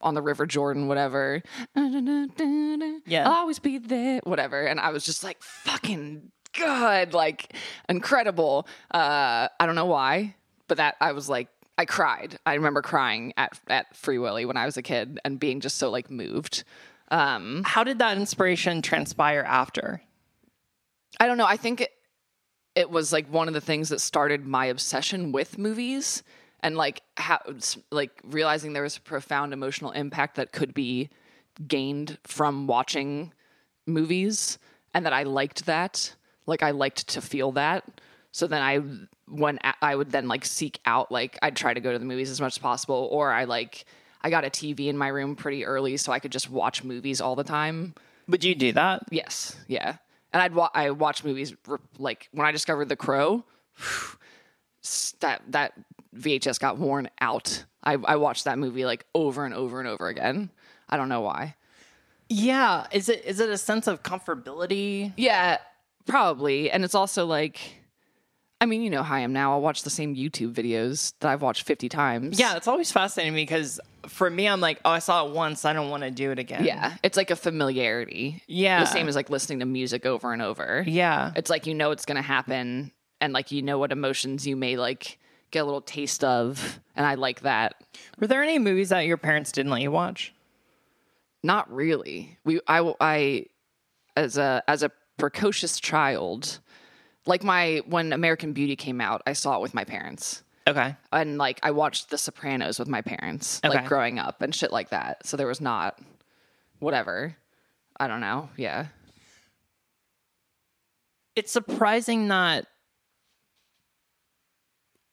Speaker 1: on the River Jordan, whatever.
Speaker 2: Yeah.
Speaker 1: I'll always be there, whatever. And I was just like, fucking good, like incredible. Uh, I don't know why, but that I was like, I cried. I remember crying at at Free Willy when I was a kid and being just so like moved. Um,
Speaker 2: How did that inspiration transpire after?
Speaker 1: I don't know. I think it, it was like one of the things that started my obsession with movies and like how like realizing there was a profound emotional impact that could be gained from watching movies and that I liked that. Like I liked to feel that. So then I when a- I would then like seek out like I'd try to go to the movies as much as possible or I like I got a TV in my room pretty early so I could just watch movies all the time.
Speaker 2: Would you do that?
Speaker 1: Yes, yeah. And I'd wa- I watched movies re- like when I discovered The Crow. *sighs* s- that that VHS got worn out. I, I watched that movie like over and over and over again. I don't know why.
Speaker 2: Yeah. Is it is it a sense of comfortability?
Speaker 1: Yeah, probably. And it's also like, I mean, you know how I am now. I'll watch the same YouTube videos that I've watched fifty times.
Speaker 2: Yeah, it's always fascinating because for me, I'm like, oh, I saw it once. I don't want to do it again.
Speaker 1: yeah. It's like a familiarity.
Speaker 2: Yeah.
Speaker 1: the same as like listening to music over and over.
Speaker 2: Yeah.
Speaker 1: it's like you know it's going to happen and like you know what emotions you may like get a little taste of and i like that
Speaker 2: Were there any movies that your parents didn't let you watch?
Speaker 1: not really we i i as a as a precocious child like my when american beauty came out i saw it with my parents
Speaker 2: Okay.
Speaker 1: and like i watched the sopranos with my parents
Speaker 2: Okay.
Speaker 1: like growing up and shit like that so there was not whatever i don't know yeah
Speaker 2: It's surprising that.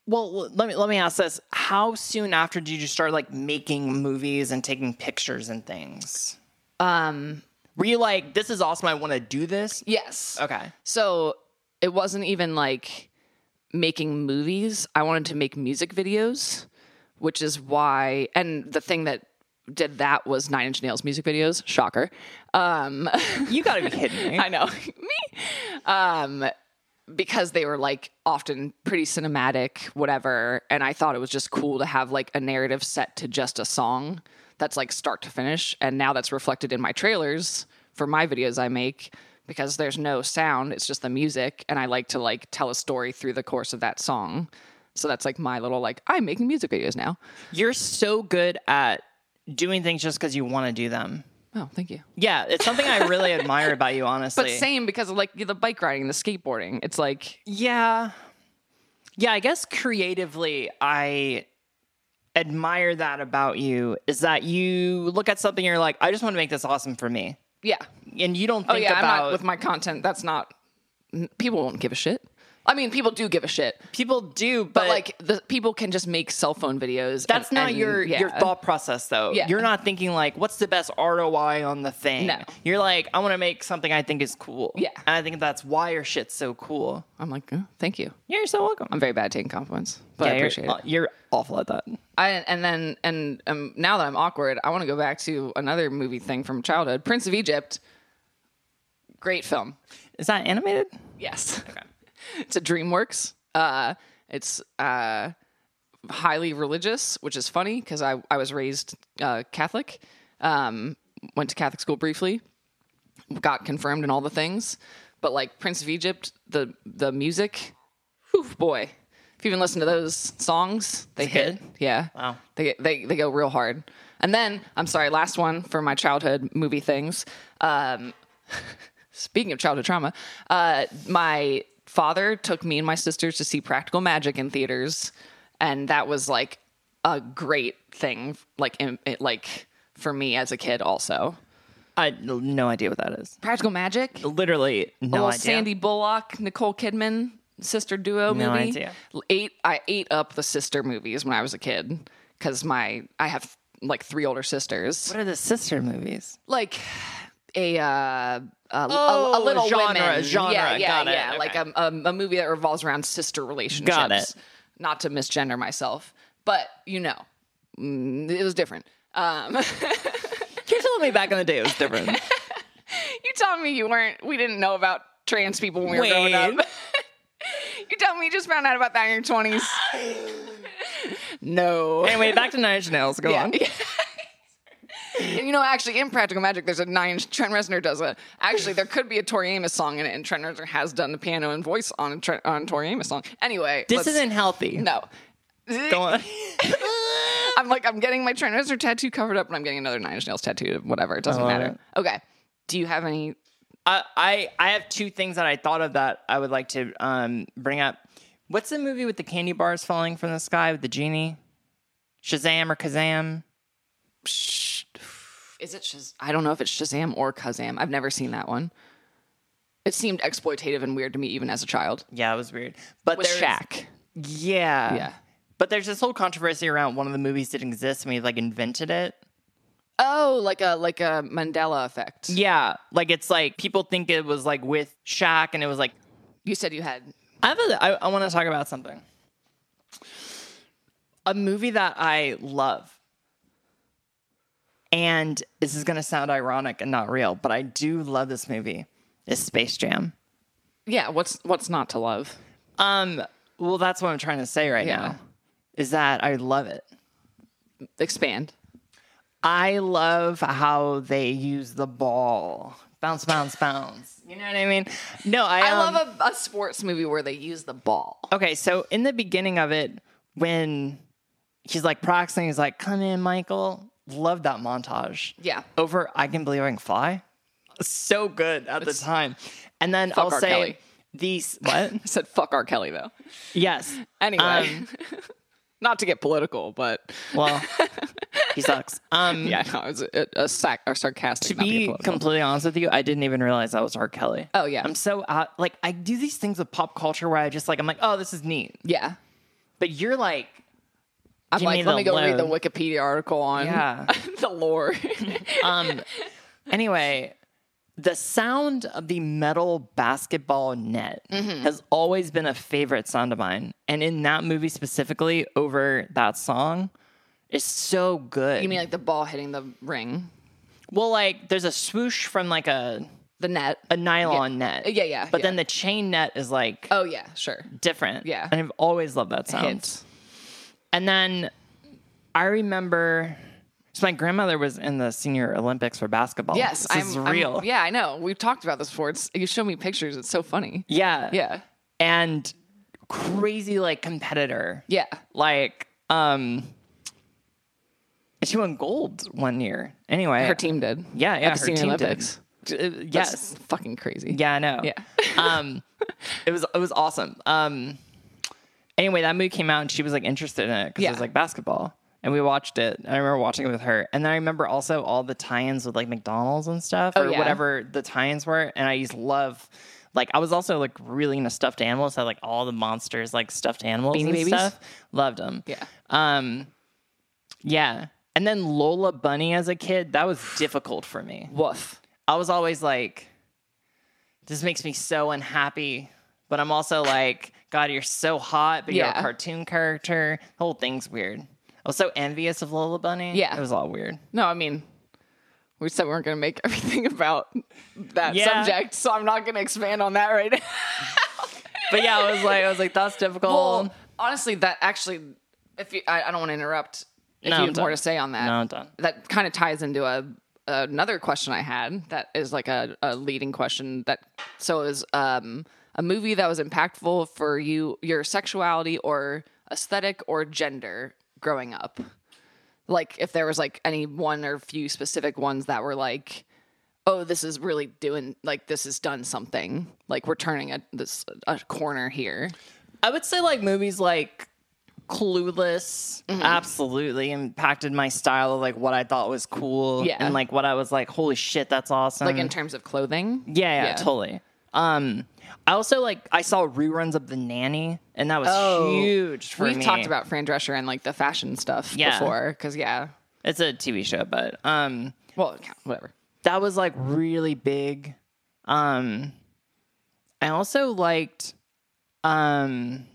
Speaker 2: Well, well, let me let me ask this: How soon after did you start like making movies and taking pictures and things?
Speaker 1: um
Speaker 2: Were you like, "This is awesome. I want to do this"?
Speaker 1: yes
Speaker 2: Okay.
Speaker 1: So it wasn't even like making movies. I wanted to make music videos, which is why. And the thing that did that was Nine Inch Nails music videos. Shocker. Um, *laughs*
Speaker 2: You got to be *laughs* kidding me.
Speaker 1: I know *laughs* me. Um, because they were like often pretty cinematic, whatever. And I thought it was just cool to have like a narrative set to just a song that's like start to finish. And now that's reflected in my trailers for my videos I make because there's no sound, it's just the music. And I like to like tell a story through the course of that song. So that's like my little like I'm making music videos now.
Speaker 2: You're so good at doing things just because you want to do them.
Speaker 1: Oh, thank you.
Speaker 2: Yeah, it's something I really admire about you, honestly.
Speaker 1: But same because of like the bike riding, the skateboarding. It's like
Speaker 2: Yeah. Yeah, I guess creatively I admire that about you is that you look at something and you're like, I just want to make this awesome for me.
Speaker 1: Yeah.
Speaker 2: And you don't
Speaker 1: Oh
Speaker 2: think
Speaker 1: yeah, I'm
Speaker 2: about
Speaker 1: not with my content. That's not n- people won't give a shit. I mean, people do give a shit,
Speaker 2: people do, but,
Speaker 1: but, like the people can just make cell phone videos.
Speaker 2: that's
Speaker 1: and-
Speaker 2: not
Speaker 1: and-
Speaker 2: your
Speaker 1: yeah.
Speaker 2: your thought process though.
Speaker 1: Yeah.
Speaker 2: You're not thinking like what's the best ROI on the thing.
Speaker 1: No.
Speaker 2: You're like, I want to make something I think is cool.
Speaker 1: Yeah.
Speaker 2: And I think that's why your shit's so cool.
Speaker 1: I'm like, oh, thank you.
Speaker 2: Yeah, you're so welcome.
Speaker 1: I'm very bad at taking compliments, but I
Speaker 2: Yeah,
Speaker 1: appreciate
Speaker 2: you're,
Speaker 1: it.
Speaker 2: You're awful at that.
Speaker 1: I, and then and um, now that I'm awkward, I want to go back to another movie thing from childhood, Prince of Egypt. Great film.
Speaker 2: Is that animated?
Speaker 1: Yes. *laughs* it's a DreamWorks. Uh, it's uh, highly religious, which is funny because I, I was raised uh, Catholic, um, went to Catholic school briefly, got confirmed in all the things. But like Prince of Egypt, the the music, whew, boy. If you even listen to those songs, they
Speaker 2: It's
Speaker 1: hit.
Speaker 2: good?
Speaker 1: Yeah.
Speaker 2: Wow.
Speaker 1: They, they they go real hard. And then I'm sorry, last one for my childhood movie things. Um, *laughs* speaking of childhood trauma, uh, my father took me and my sisters to see Practical Magic in theaters, and that was like a great thing, like in, it, like for me as a kid. Also,
Speaker 2: I no idea what that is.
Speaker 1: Practical Magic, no
Speaker 2: Literally no idea.
Speaker 1: Sandy Bullock, Nicole Kidman sister duo
Speaker 2: No
Speaker 1: movie.
Speaker 2: idea.
Speaker 1: Ate I ate up the sister movies when I was a kid because my I have like three older sisters.
Speaker 2: What are the sister movies?
Speaker 1: like a uh, a,
Speaker 2: Oh,
Speaker 1: a, a little
Speaker 2: genre,
Speaker 1: women
Speaker 2: genre.
Speaker 1: yeah yeah
Speaker 2: Got it.
Speaker 1: yeah
Speaker 2: Okay.
Speaker 1: like a, a, a movie that revolves around sister relationships
Speaker 2: it.
Speaker 1: not to misgender myself but you know mm, it was different um
Speaker 2: You're telling me back in the day it was *laughs* different.
Speaker 1: you telling me you weren't we didn't know about trans people when we were growing
Speaker 2: Wayne.
Speaker 1: up you telling me you just found out about that in your
Speaker 2: *laughs*
Speaker 1: 20s no
Speaker 2: *laughs* anyway, back to Nine Inch Nails. Go on.
Speaker 1: And you know, actually, in Practical Magic, there's a nine. Trent Reznor does a. Actually, there could be a Tori Amos song in it, and Trent Reznor has done the piano and voice on a, Tre- on a Tori Amos song. Anyway,
Speaker 2: This
Speaker 1: let's-
Speaker 2: isn't healthy.
Speaker 1: no.
Speaker 2: Go on.
Speaker 1: *laughs* I'm like, I'm getting my Trent Reznor tattoo covered up, and I'm getting another Nine Inch Nails tattoo. Whatever, it doesn't
Speaker 2: love
Speaker 1: matter. Okay. Do you have any?
Speaker 2: *laughs* I, I I have two things that I thought of that I would like to um bring up. What's the movie with the candy bars falling from the sky with the genie? Shazam or Kazam?
Speaker 1: Is it Shaz? I don't know if it's Shazam or Kazam. I've never seen that one. It seemed exploitative and weird to me even as a child.
Speaker 2: Yeah, it was weird. But
Speaker 1: With
Speaker 2: there's-
Speaker 1: Shaq.
Speaker 2: Yeah.
Speaker 1: Yeah.
Speaker 2: But there's this whole controversy around one of the movies didn't exist and we like invented it.
Speaker 1: Oh, like a like a Mandela effect.
Speaker 2: Yeah. Like it's like people think it was like with Shaq and it was like
Speaker 1: You said you had
Speaker 2: I have a, I, I want to talk about something. A movie that I love. And this is going to sound ironic and not real, but I do love this movie. Is Space Jam.
Speaker 1: Yeah, what's what's not to love?
Speaker 2: Um, well that's what I'm trying to say right
Speaker 1: Yeah.
Speaker 2: now. Is that I love it.
Speaker 1: Expand.
Speaker 2: I love how they use the ball. Bounce, bounce, bounce. You know what I mean? No, I,
Speaker 1: I
Speaker 2: um,
Speaker 1: love a, a sports movie where they use the ball.
Speaker 2: Okay, so in the beginning of it, when he's like practicing, he's like, "Come in, Michael." Love that montage.
Speaker 1: Yeah.
Speaker 2: Over, I can believe I can fly. So good at the time. And then I'll
Speaker 1: R.
Speaker 2: say
Speaker 1: Kelly.
Speaker 2: these
Speaker 1: *laughs*
Speaker 2: what?
Speaker 1: I said fuck R. Kelly though.
Speaker 2: yes.
Speaker 1: Anyway.
Speaker 2: Um,
Speaker 1: not to get political, but
Speaker 2: well, he sucks.
Speaker 1: *laughs*
Speaker 2: Um,
Speaker 1: yeah, no, it was a, a, sac- or sarcastic.
Speaker 2: to
Speaker 1: not being
Speaker 2: be
Speaker 1: political.
Speaker 2: completely honest with you, I didn't even realize that was R. Kelly.
Speaker 1: Oh, yeah.
Speaker 2: I'm so out. Like I do these things with pop culture where I just like I'm like, oh, this is neat.
Speaker 1: yeah,
Speaker 2: But you're like,
Speaker 1: I'm
Speaker 2: Give
Speaker 1: like,
Speaker 2: me
Speaker 1: let
Speaker 2: the
Speaker 1: me go read the
Speaker 2: loan.
Speaker 1: Wikipedia article on
Speaker 2: Yeah.
Speaker 1: *laughs* the lore.
Speaker 2: anyway, the sound of the metal basketball net
Speaker 1: Mm-hmm.
Speaker 2: has always been a favorite sound of mine. And in that movie specifically, over that song, is so good.
Speaker 1: you mean like the ball hitting the ring,
Speaker 2: well, like there's a swoosh from like a,
Speaker 1: the net?
Speaker 2: a nylon net.
Speaker 1: Yeah, yeah,
Speaker 2: But
Speaker 1: yeah.
Speaker 2: then the chain net is like
Speaker 1: oh yeah, sure.
Speaker 2: different.
Speaker 1: yeah.
Speaker 2: And I've always loved
Speaker 1: Oh.
Speaker 2: that sound.
Speaker 1: Hits.
Speaker 2: And then I remember so my grandmother was in the senior Olympics for basketball.
Speaker 1: Yes,
Speaker 2: this
Speaker 1: I'm
Speaker 2: is
Speaker 1: I'm-
Speaker 2: real.
Speaker 1: yeah, I know. We've talked about this before. It's, you show me pictures. It's so funny.
Speaker 2: yeah.
Speaker 1: Yeah,
Speaker 2: And crazy like competitor.
Speaker 1: yeah.
Speaker 2: Like, um and she won gold one year. Anyway.
Speaker 1: Her team did.
Speaker 2: Yeah, yeah.
Speaker 1: At the
Speaker 2: her
Speaker 1: Senior
Speaker 2: team did.
Speaker 1: Olympics.
Speaker 2: Uh, yes.
Speaker 1: That's fucking crazy.
Speaker 2: Yeah, I know.
Speaker 1: Yeah.
Speaker 2: *laughs* um it was it was awesome. Um anyway, that movie came out and she was like interested in it because
Speaker 1: Yeah.
Speaker 2: it was like basketball. and we watched it. I remember watching it with her, and then I remember also all the tie-ins with like McDonald's and stuff or
Speaker 1: Oh, yeah.
Speaker 2: whatever the tie-ins were. And I used love, like I was also like really into stuffed animals. I had like all the monsters, like stuffed animals
Speaker 1: Beanie
Speaker 2: and
Speaker 1: Babies?
Speaker 2: stuff. Loved them.
Speaker 1: Yeah.
Speaker 2: Um, yeah. And then Lola Bunny as a kid, that was difficult for me.
Speaker 1: Woof.
Speaker 2: I was always like, this makes me so unhappy. But I'm also like, God, you're so hot, but you're
Speaker 1: Yeah.
Speaker 2: a cartoon character. The whole thing's weird. I was so envious of Lola Bunny.
Speaker 1: Yeah.
Speaker 2: It was all weird.
Speaker 1: No, I mean, we said we weren't going to make *laughs* everything about that
Speaker 2: Yeah.
Speaker 1: subject, so I'm not going to expand on that right now.
Speaker 2: But yeah, I was like, I was like, that's difficult.
Speaker 1: Well, honestly, that actually, if you, I, I don't want to interrupt, if
Speaker 2: No,
Speaker 1: you
Speaker 2: I'm
Speaker 1: have more
Speaker 2: done.
Speaker 1: to say on that,
Speaker 2: No, I'm done.
Speaker 1: that kind of ties into a another question I had that is like a, a leading question that so it was um, a movie that was impactful for you, your sexuality or aesthetic or gender growing up. Like if there was like any one or few specific ones that were like, oh, this is really doing like this has done something. Like we're turning a this a corner here.
Speaker 2: I would say like movies like Clueless
Speaker 1: Mm-hmm.
Speaker 2: absolutely impacted my style of like what I thought was cool.
Speaker 1: Yeah.
Speaker 2: And like what I was like, holy shit, that's awesome.
Speaker 1: like in terms of clothing.
Speaker 2: Mm. Yeah, yeah,
Speaker 1: Yeah.
Speaker 2: totally. Um, I also like I saw reruns of The Nanny, and that was
Speaker 1: Oh,
Speaker 2: huge for
Speaker 1: We've
Speaker 2: me.
Speaker 1: talked about Fran Drescher and like the fashion stuff
Speaker 2: Yeah.
Speaker 1: before, because yeah,
Speaker 2: it's a TV show, but um,
Speaker 1: well, yeah, whatever.
Speaker 2: that was like really big. Um, I also liked, um,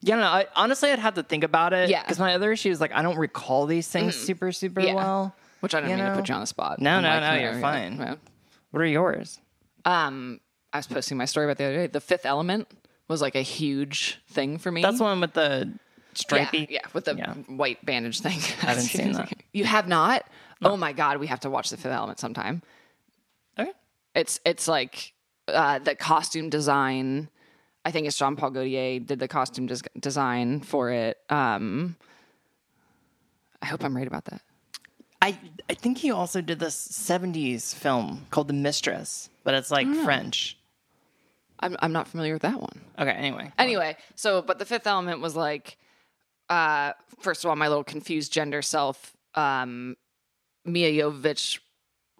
Speaker 2: yeah, no, I, honestly, I'd have to think about it.
Speaker 1: Yeah. Mm-hmm.
Speaker 2: because my other issue is like I don't recall these things super super
Speaker 1: Yeah.
Speaker 2: well.
Speaker 1: Which I don't
Speaker 2: You
Speaker 1: mean to
Speaker 2: know?
Speaker 1: put you on the spot.
Speaker 2: No,
Speaker 1: I'm
Speaker 2: no,
Speaker 1: like,
Speaker 2: no,
Speaker 1: you know,
Speaker 2: you're
Speaker 1: yeah,
Speaker 2: fine.
Speaker 1: yeah.
Speaker 2: What are yours?
Speaker 1: Um, I was posting my story about the other day. The Fifth Element was like a huge thing for me.
Speaker 2: That's the one with the stripey.
Speaker 1: Mm-hmm. Yeah, yeah with the
Speaker 2: Yeah.
Speaker 1: white bandage thing. I *laughs*
Speaker 2: haven't seen that.
Speaker 1: You have not? Oh my god, we have to watch The Fifth Element sometime.
Speaker 2: Okay.
Speaker 1: it's it's like uh, the costume design. I think it's Jean Paul Gaultier did the costume des- design for it. Um, I hope I'm right about that.
Speaker 2: I I think he also did this '70s film called The Mistress, but it's like French.
Speaker 1: I'm I'm not familiar with that one.
Speaker 2: Okay, anyway.
Speaker 1: Anyway, so but the fifth element was like, uh, first of all, my little confused gender self, um, Mia Jovovich,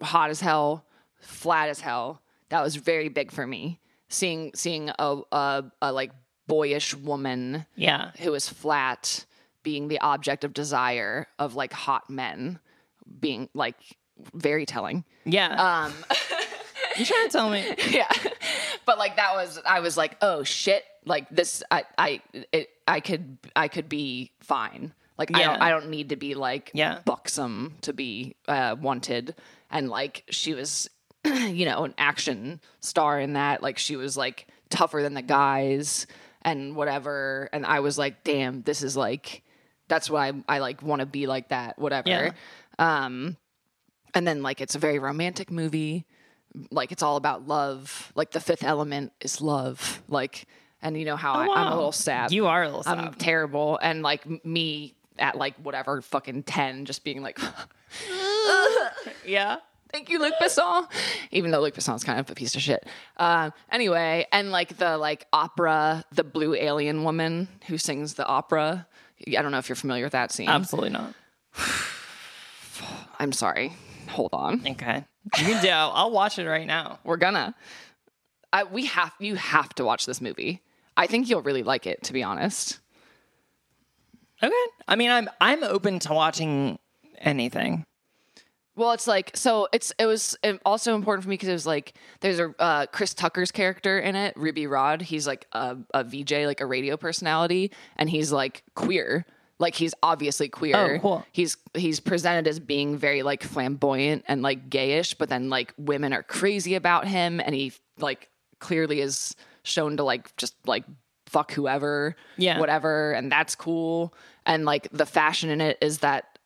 Speaker 1: hot as hell, flat as hell. That was very big for me. Seeing seeing a a, a like boyish woman
Speaker 2: Yeah.
Speaker 1: who is flat being the object of desire of like hot men being like very telling
Speaker 2: Yeah.
Speaker 1: um
Speaker 2: you trying to tell *laughs* me?
Speaker 1: *laughs* yeah but like that was i was like oh shit like this i i it, i could i could be fine like i don't
Speaker 2: Yeah.
Speaker 1: i don't need to be like
Speaker 2: Yeah.
Speaker 1: buxom to be uh wanted and like she was *clears throat* you know an action star in that like she was like tougher than the guys and whatever and i was like damn this is like that's what i i like want to be like that whatever
Speaker 2: Yeah.
Speaker 1: um and then like it's a very romantic movie like it's all about love like the fifth element is love like and you know how I, i'm a
Speaker 2: Oh, wow.
Speaker 1: little sad
Speaker 2: You are a little
Speaker 1: i'm
Speaker 2: sad.
Speaker 1: terrible and like m- me at like whatever fucking 10 just being like *laughs*
Speaker 2: Yeah.
Speaker 1: thank you luc besson even though luc besson's kind of a piece of shit um anyway and like the like opera the blue alien woman who sings the opera i don't know if you're familiar with that scene
Speaker 2: Absolutely not.
Speaker 1: i'm sorry hold on
Speaker 2: Okay. You can do. I'll watch it right now.
Speaker 1: we're gonna I, we have you have to watch this movie i think you'll really like it to be honest
Speaker 2: Okay. I mean, I'm I'm open to watching anything.
Speaker 1: well it's like so it's it was um, also important for me because it was like there's a uh, chris tucker's character in it ruby rod he's like a, a vj like a radio personality and he's like queer like he's obviously queer
Speaker 2: Oh, cool.
Speaker 1: he's he's presented as being very like flamboyant and like gayish but then like women are crazy about him and he like clearly is shown to like just like fuck whoever
Speaker 2: Yeah.
Speaker 1: whatever and that's cool and like the fashion in it is that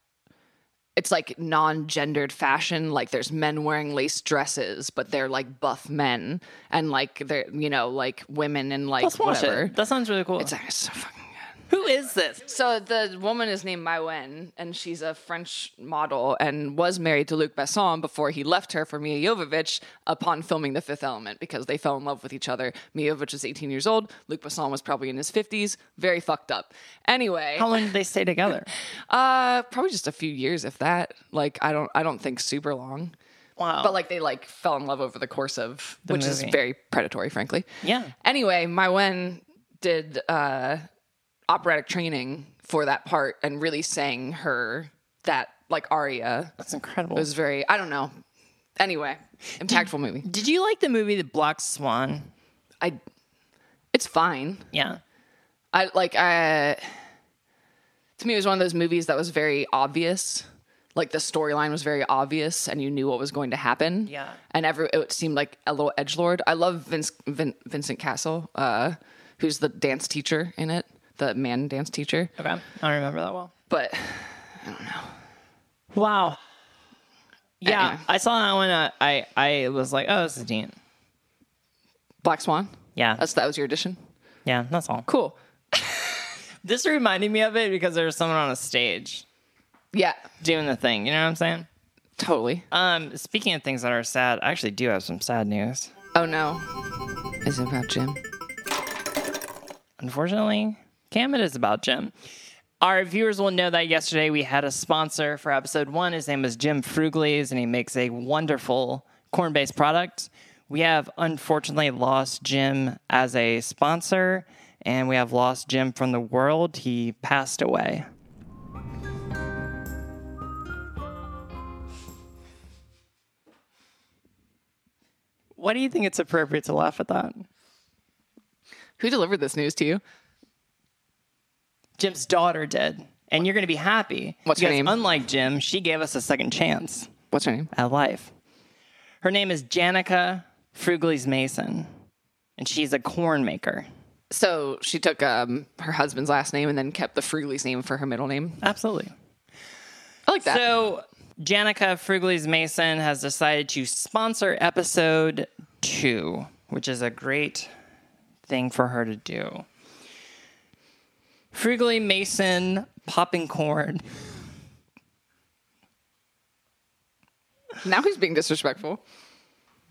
Speaker 1: it's like non-gendered fashion like there's men wearing lace dresses but they're like buff men and like they're you know like women and like
Speaker 2: Let's watch
Speaker 1: whatever
Speaker 2: it. That sounds really cool.
Speaker 1: it's, it's so fucking good
Speaker 2: Who is this?
Speaker 1: So the woman is named Mai Wen, and she's a French model and was married to Luc Besson before he left her for Mia Jovovich upon filming The Fifth Element because they fell in love with each other. Mia Jovovich was 18 years old. Luc Besson was probably in his 50s. Very fucked up. Anyway,
Speaker 2: How long did they stay *laughs* together?
Speaker 1: uh, probably just a few years, if that. Like, I don't, I don't think super long.
Speaker 2: Wow.
Speaker 1: But like they like fell in love over the course of, which
Speaker 2: movie.
Speaker 1: is very predatory, frankly.
Speaker 2: Yeah.
Speaker 1: Anyway, Mai Wen did uh, operatic training for that part and really sang her that like aria. It
Speaker 2: That's incredible.
Speaker 1: was very I don't know. Anyway, impactful movie.
Speaker 2: Did you like the movie The Black Swan?
Speaker 1: I it's fine.
Speaker 2: Yeah.
Speaker 1: I like I to me it was one of those movies that was very obvious. Like the storyline was very obvious and you knew what was going to happen.
Speaker 2: Yeah.
Speaker 1: And every it seemed like a little edgelord. I love Vince Vin, Vincent Castle, uh, who's the dance teacher in it, the man dance teacher.
Speaker 2: Okay. I don't remember that well.
Speaker 1: But
Speaker 2: Wow. Uh, Yeah,
Speaker 1: Anyway.
Speaker 2: I saw that one. Uh, I I was like, oh, this is neat.
Speaker 1: Black Swan.
Speaker 2: Yeah.
Speaker 1: That's that was your addition.
Speaker 2: Yeah, that's all.
Speaker 1: Cool.
Speaker 2: This reminded me of it because there was someone on a stage
Speaker 1: Yeah.
Speaker 2: doing the thing. You know what I'm saying?
Speaker 1: Totally.
Speaker 2: Um, speaking of things that are sad, I actually do have some sad news.
Speaker 1: oh no. Is it about Jim?
Speaker 2: Unfortunately, Cam, it is about Jim. Our viewers will know that yesterday we had a sponsor for episode one. His name is Jim Fruglies, and he makes a wonderful corn based product. We have unfortunately lost Jim as a sponsor, and we have lost Jim from the world. He passed away. Why do you think it's appropriate to laugh at that?
Speaker 1: Who delivered this news to you?
Speaker 2: Jim's daughter did. And you're going to be happy.
Speaker 1: What's her
Speaker 2: because
Speaker 1: name?
Speaker 2: Unlike Jim, she gave us a second chance
Speaker 1: What's her name?
Speaker 2: at life. Her name is Janica Fruglies Mason, and she's a corn maker.
Speaker 1: So she took um, her husband's last name and then kept the Frugley's name for her middle name.
Speaker 2: Absolutely.
Speaker 1: I like that.
Speaker 2: So, Janica Fruglies Mason has decided to sponsor episode two, which is a great thing for her to do. Frugally Mason popping corn.
Speaker 1: now he's being disrespectful.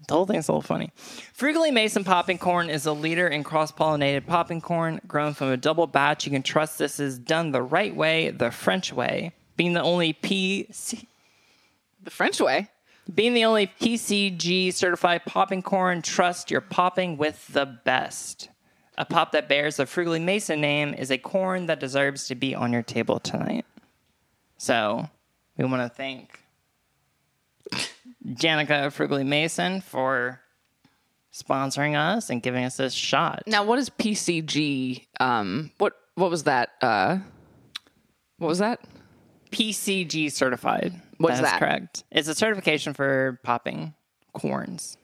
Speaker 2: The whole thing's a little funny. Frugally Mason popping corn is a leader in cross pollinated popping corn grown from a double batch. You can trust this is done the right way, the French way, being the only PC,
Speaker 1: The French way.
Speaker 2: being the only PCG certified popping corn. Trust you're popping with the best. A pop that bears the Frugally Mason name is a corn that deserves to be on your table tonight. So we want to thank Janica Frugally Mason for sponsoring us and giving us this shot.
Speaker 1: Now, what is PCG? Um, what what was that? Uh, what was that?
Speaker 2: PCG certified.
Speaker 1: What is
Speaker 2: that is
Speaker 1: that?
Speaker 2: correct. It's a certification for popping corns.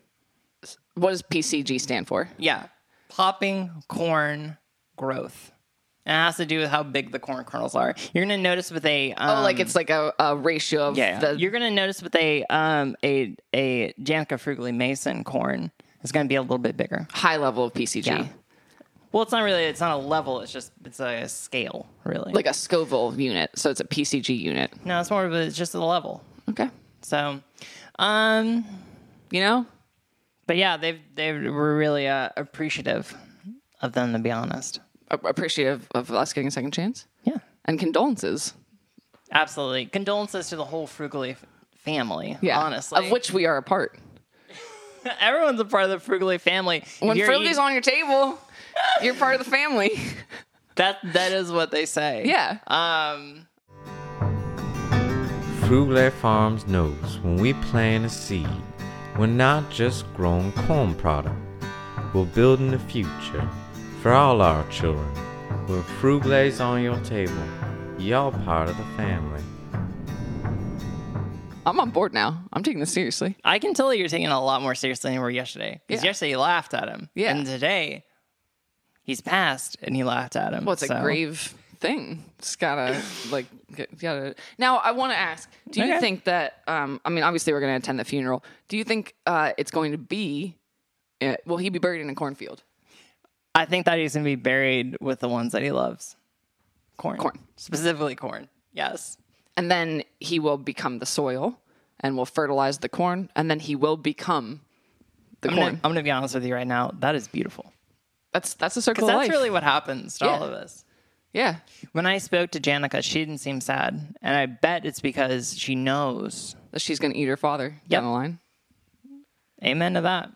Speaker 1: What does PCG stand for?
Speaker 2: Yeah. Popping corn growth. And it has to do with how big the corn kernels are. You're gonna notice with a um,
Speaker 1: Oh, like it's like a, a ratio of
Speaker 2: yeah,
Speaker 1: the.
Speaker 2: you're gonna notice with a um a a Janica Frugally Mason corn is gonna be a little bit bigger.
Speaker 1: High level of PCG,
Speaker 2: Yeah. Well, it's not really it's not a level, it's just it's a scale, really.
Speaker 1: like a Scoville unit, so it's a PCG unit.
Speaker 2: no, it's more of a, it's just a level.
Speaker 1: Okay,
Speaker 2: So um
Speaker 1: you know,
Speaker 2: but yeah, they've they were really uh, appreciative of them to be honest.
Speaker 1: a- appreciative of us getting a second chance
Speaker 2: Yeah.
Speaker 1: and condolences.
Speaker 2: Absolutely. Condolences to the whole Frugally f- family.
Speaker 1: Yeah,
Speaker 2: Honestly.
Speaker 1: of which we are a part.
Speaker 2: everyone's a part of the Frugally family. If
Speaker 1: When
Speaker 2: you're
Speaker 1: Fruity's
Speaker 2: eating-
Speaker 1: on your table, you're part of the family.
Speaker 2: that that is what they say.
Speaker 1: *laughs* Yeah.
Speaker 2: Um
Speaker 3: Frugler Farms knows when we plant a seed, we're not just growing corn product. We're building the future for all our children. With Frugler's on your table, y'all part of the family.
Speaker 1: I'm on board now. I'm taking this seriously.
Speaker 2: I can tell you're taking it a lot more seriously than you were yesterday. Because
Speaker 1: Yeah.
Speaker 2: yesterday you laughed at him.
Speaker 1: Yeah.
Speaker 2: And today he's passed and he laughed at him.
Speaker 1: Well, it's
Speaker 2: So-
Speaker 1: a grave thing. It's gotta like get- gotta. Now, I want to ask: Do you
Speaker 2: Okay.
Speaker 1: think that? Um, I mean, obviously, we're gonna attend the funeral. Do you think uh, it's going to be? Uh, will he be buried in a cornfield?
Speaker 2: I think that he's gonna be buried with the ones that he loves. corn.
Speaker 1: Corn.
Speaker 2: Specifically corn. Yes.
Speaker 1: and then he will become the soil and will fertilize the corn and then he will become the
Speaker 2: I'm
Speaker 1: corn
Speaker 2: gonna, I'm gonna be honest with you right now. That is beautiful.
Speaker 1: that's that's a circle
Speaker 2: Because
Speaker 1: of
Speaker 2: that's
Speaker 1: life
Speaker 2: really what happens to
Speaker 1: Yeah.
Speaker 2: all of us.
Speaker 1: yeah
Speaker 2: When I spoke to Janica, she didn't seem sad. And I bet it's because she knows.
Speaker 1: that she's gonna eat her father
Speaker 2: Yep.
Speaker 1: down the line
Speaker 2: Amen to that.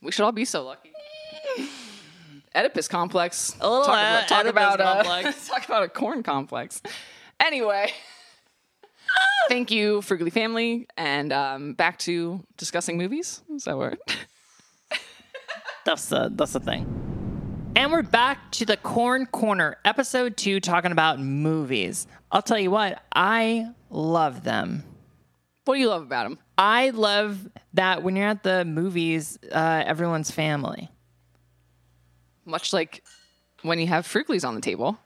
Speaker 1: we should all be so *laughs* lucky oedipus complex
Speaker 2: A little,
Speaker 1: talk
Speaker 2: uh,
Speaker 1: about, talk
Speaker 2: Oedipus
Speaker 1: about, uh,
Speaker 2: complex.
Speaker 1: *laughs* talk about a corn complex anyway *laughs* thank you frugally family and um, back to discussing movies is that word
Speaker 2: That's the that's the thing. And we're back to the corn corner, episode two, talking about movies. I'll tell you what, I love them.
Speaker 1: *laughs* what do you love about him
Speaker 2: I love that when you're at the movies, uh, everyone's family.
Speaker 1: much like when you have Fruglies on the table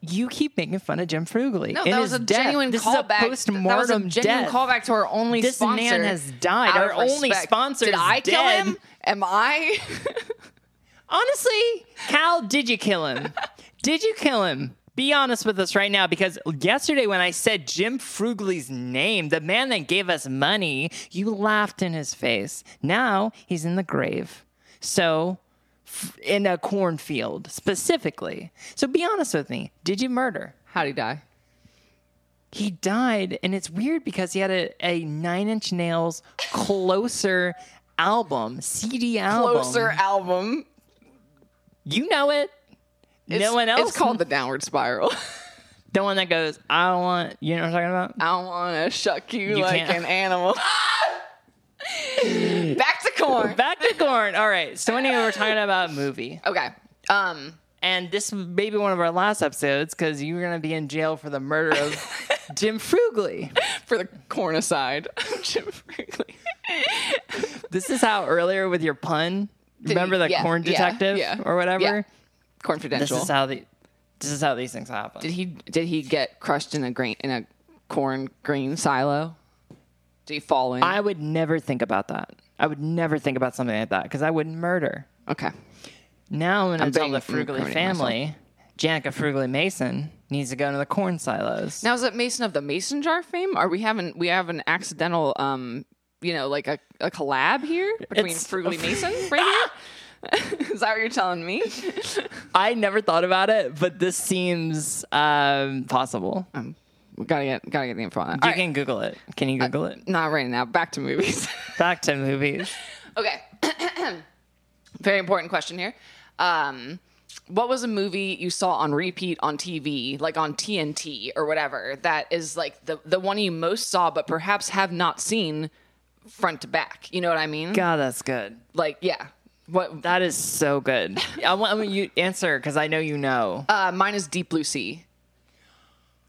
Speaker 2: You keep making fun of Jim Frugally.
Speaker 1: No,
Speaker 2: in
Speaker 1: Oh, that was
Speaker 2: his
Speaker 1: a
Speaker 2: death.
Speaker 1: genuine
Speaker 2: this
Speaker 1: callback.
Speaker 2: Is
Speaker 1: that was
Speaker 2: a
Speaker 1: a
Speaker 2: postmortem
Speaker 1: genuine
Speaker 2: death.
Speaker 1: callback to our only
Speaker 2: This man
Speaker 1: sponsor.
Speaker 2: has died.
Speaker 1: Out
Speaker 2: Our
Speaker 1: of
Speaker 2: only
Speaker 1: respect.
Speaker 2: sponsor
Speaker 1: Did
Speaker 2: is
Speaker 1: I kill
Speaker 2: dead.
Speaker 1: him? Am I? *laughs*
Speaker 2: Honestly, Cal, did you
Speaker 1: *laughs*
Speaker 2: kill him? did you kill him? Be honest with us right now because yesterday when I said Jim Frugley's name, the man that gave us money, you laughed in his face. Now he's in the grave. So, f- in a cornfield specifically. So, be honest with me. Did you murder?
Speaker 1: How'd he die?
Speaker 2: he died and it's weird because he had a, a nine inch nails closer album cd album
Speaker 1: Closer album.
Speaker 2: you know it
Speaker 1: It's-
Speaker 2: no one else
Speaker 1: It's called the Downward Spiral.
Speaker 2: the one that goes i don't want you know what i'm talking about
Speaker 1: *laughs* I want to shuck you,
Speaker 2: You
Speaker 1: like
Speaker 2: can't-
Speaker 1: an animal. Back to corn.
Speaker 2: back to corn all right so anyway we're talking about movie
Speaker 1: Okay. Um.
Speaker 2: and this may be one of our last episodes because you're gonna be in jail for the murder
Speaker 1: *laughs*
Speaker 2: of jim Frugley.
Speaker 1: For the corn aside, *laughs* Jim Franklin.
Speaker 2: this is how earlier with your pun remember the
Speaker 1: yeah,
Speaker 2: corn
Speaker 1: yeah,
Speaker 2: detective
Speaker 1: yeah,
Speaker 2: or whatever
Speaker 1: yeah. Corn
Speaker 2: this
Speaker 1: Confidential.
Speaker 2: is how the this is how these things happen
Speaker 1: Did he did he get crushed in a grain in a corn grain silo? Did he fall in?
Speaker 2: I would never think about that. I would never think about something like that because I would murder.
Speaker 1: okay.
Speaker 2: Now I'm going
Speaker 1: I'm
Speaker 2: to tell
Speaker 1: being-
Speaker 2: the
Speaker 1: I'm
Speaker 2: Frugally
Speaker 1: incriminating
Speaker 2: family, Janica Frugally Mason needs to go into the corn silos.
Speaker 1: Now is it Mason of the Mason jar fame? Are we having we have an accidental um you know like a, a collab here between
Speaker 2: It's-
Speaker 1: Frugally
Speaker 2: *laughs*
Speaker 1: Mason right here? *laughs* is that what you're telling me? *laughs*
Speaker 2: I never thought about it, but this seems um, possible.
Speaker 1: Oh.
Speaker 2: You
Speaker 1: We gotta get gotta get the info on that. All right.
Speaker 2: can Google it. Can you Google it?
Speaker 1: Not right now. Back to movies. *laughs*
Speaker 2: Back to movies.
Speaker 1: okay. *clears throat* Very important question here. Um, what was a movie you saw on repeat on TV, like on TNT or whatever, that is like the the one you most saw, but perhaps have not seen front to back? You know what I mean?
Speaker 2: God, that's good.
Speaker 1: Like, yeah. What?
Speaker 2: That is so good. I want I want you to answer because I know you know.
Speaker 1: Uh, mine is Deep Blue Sea.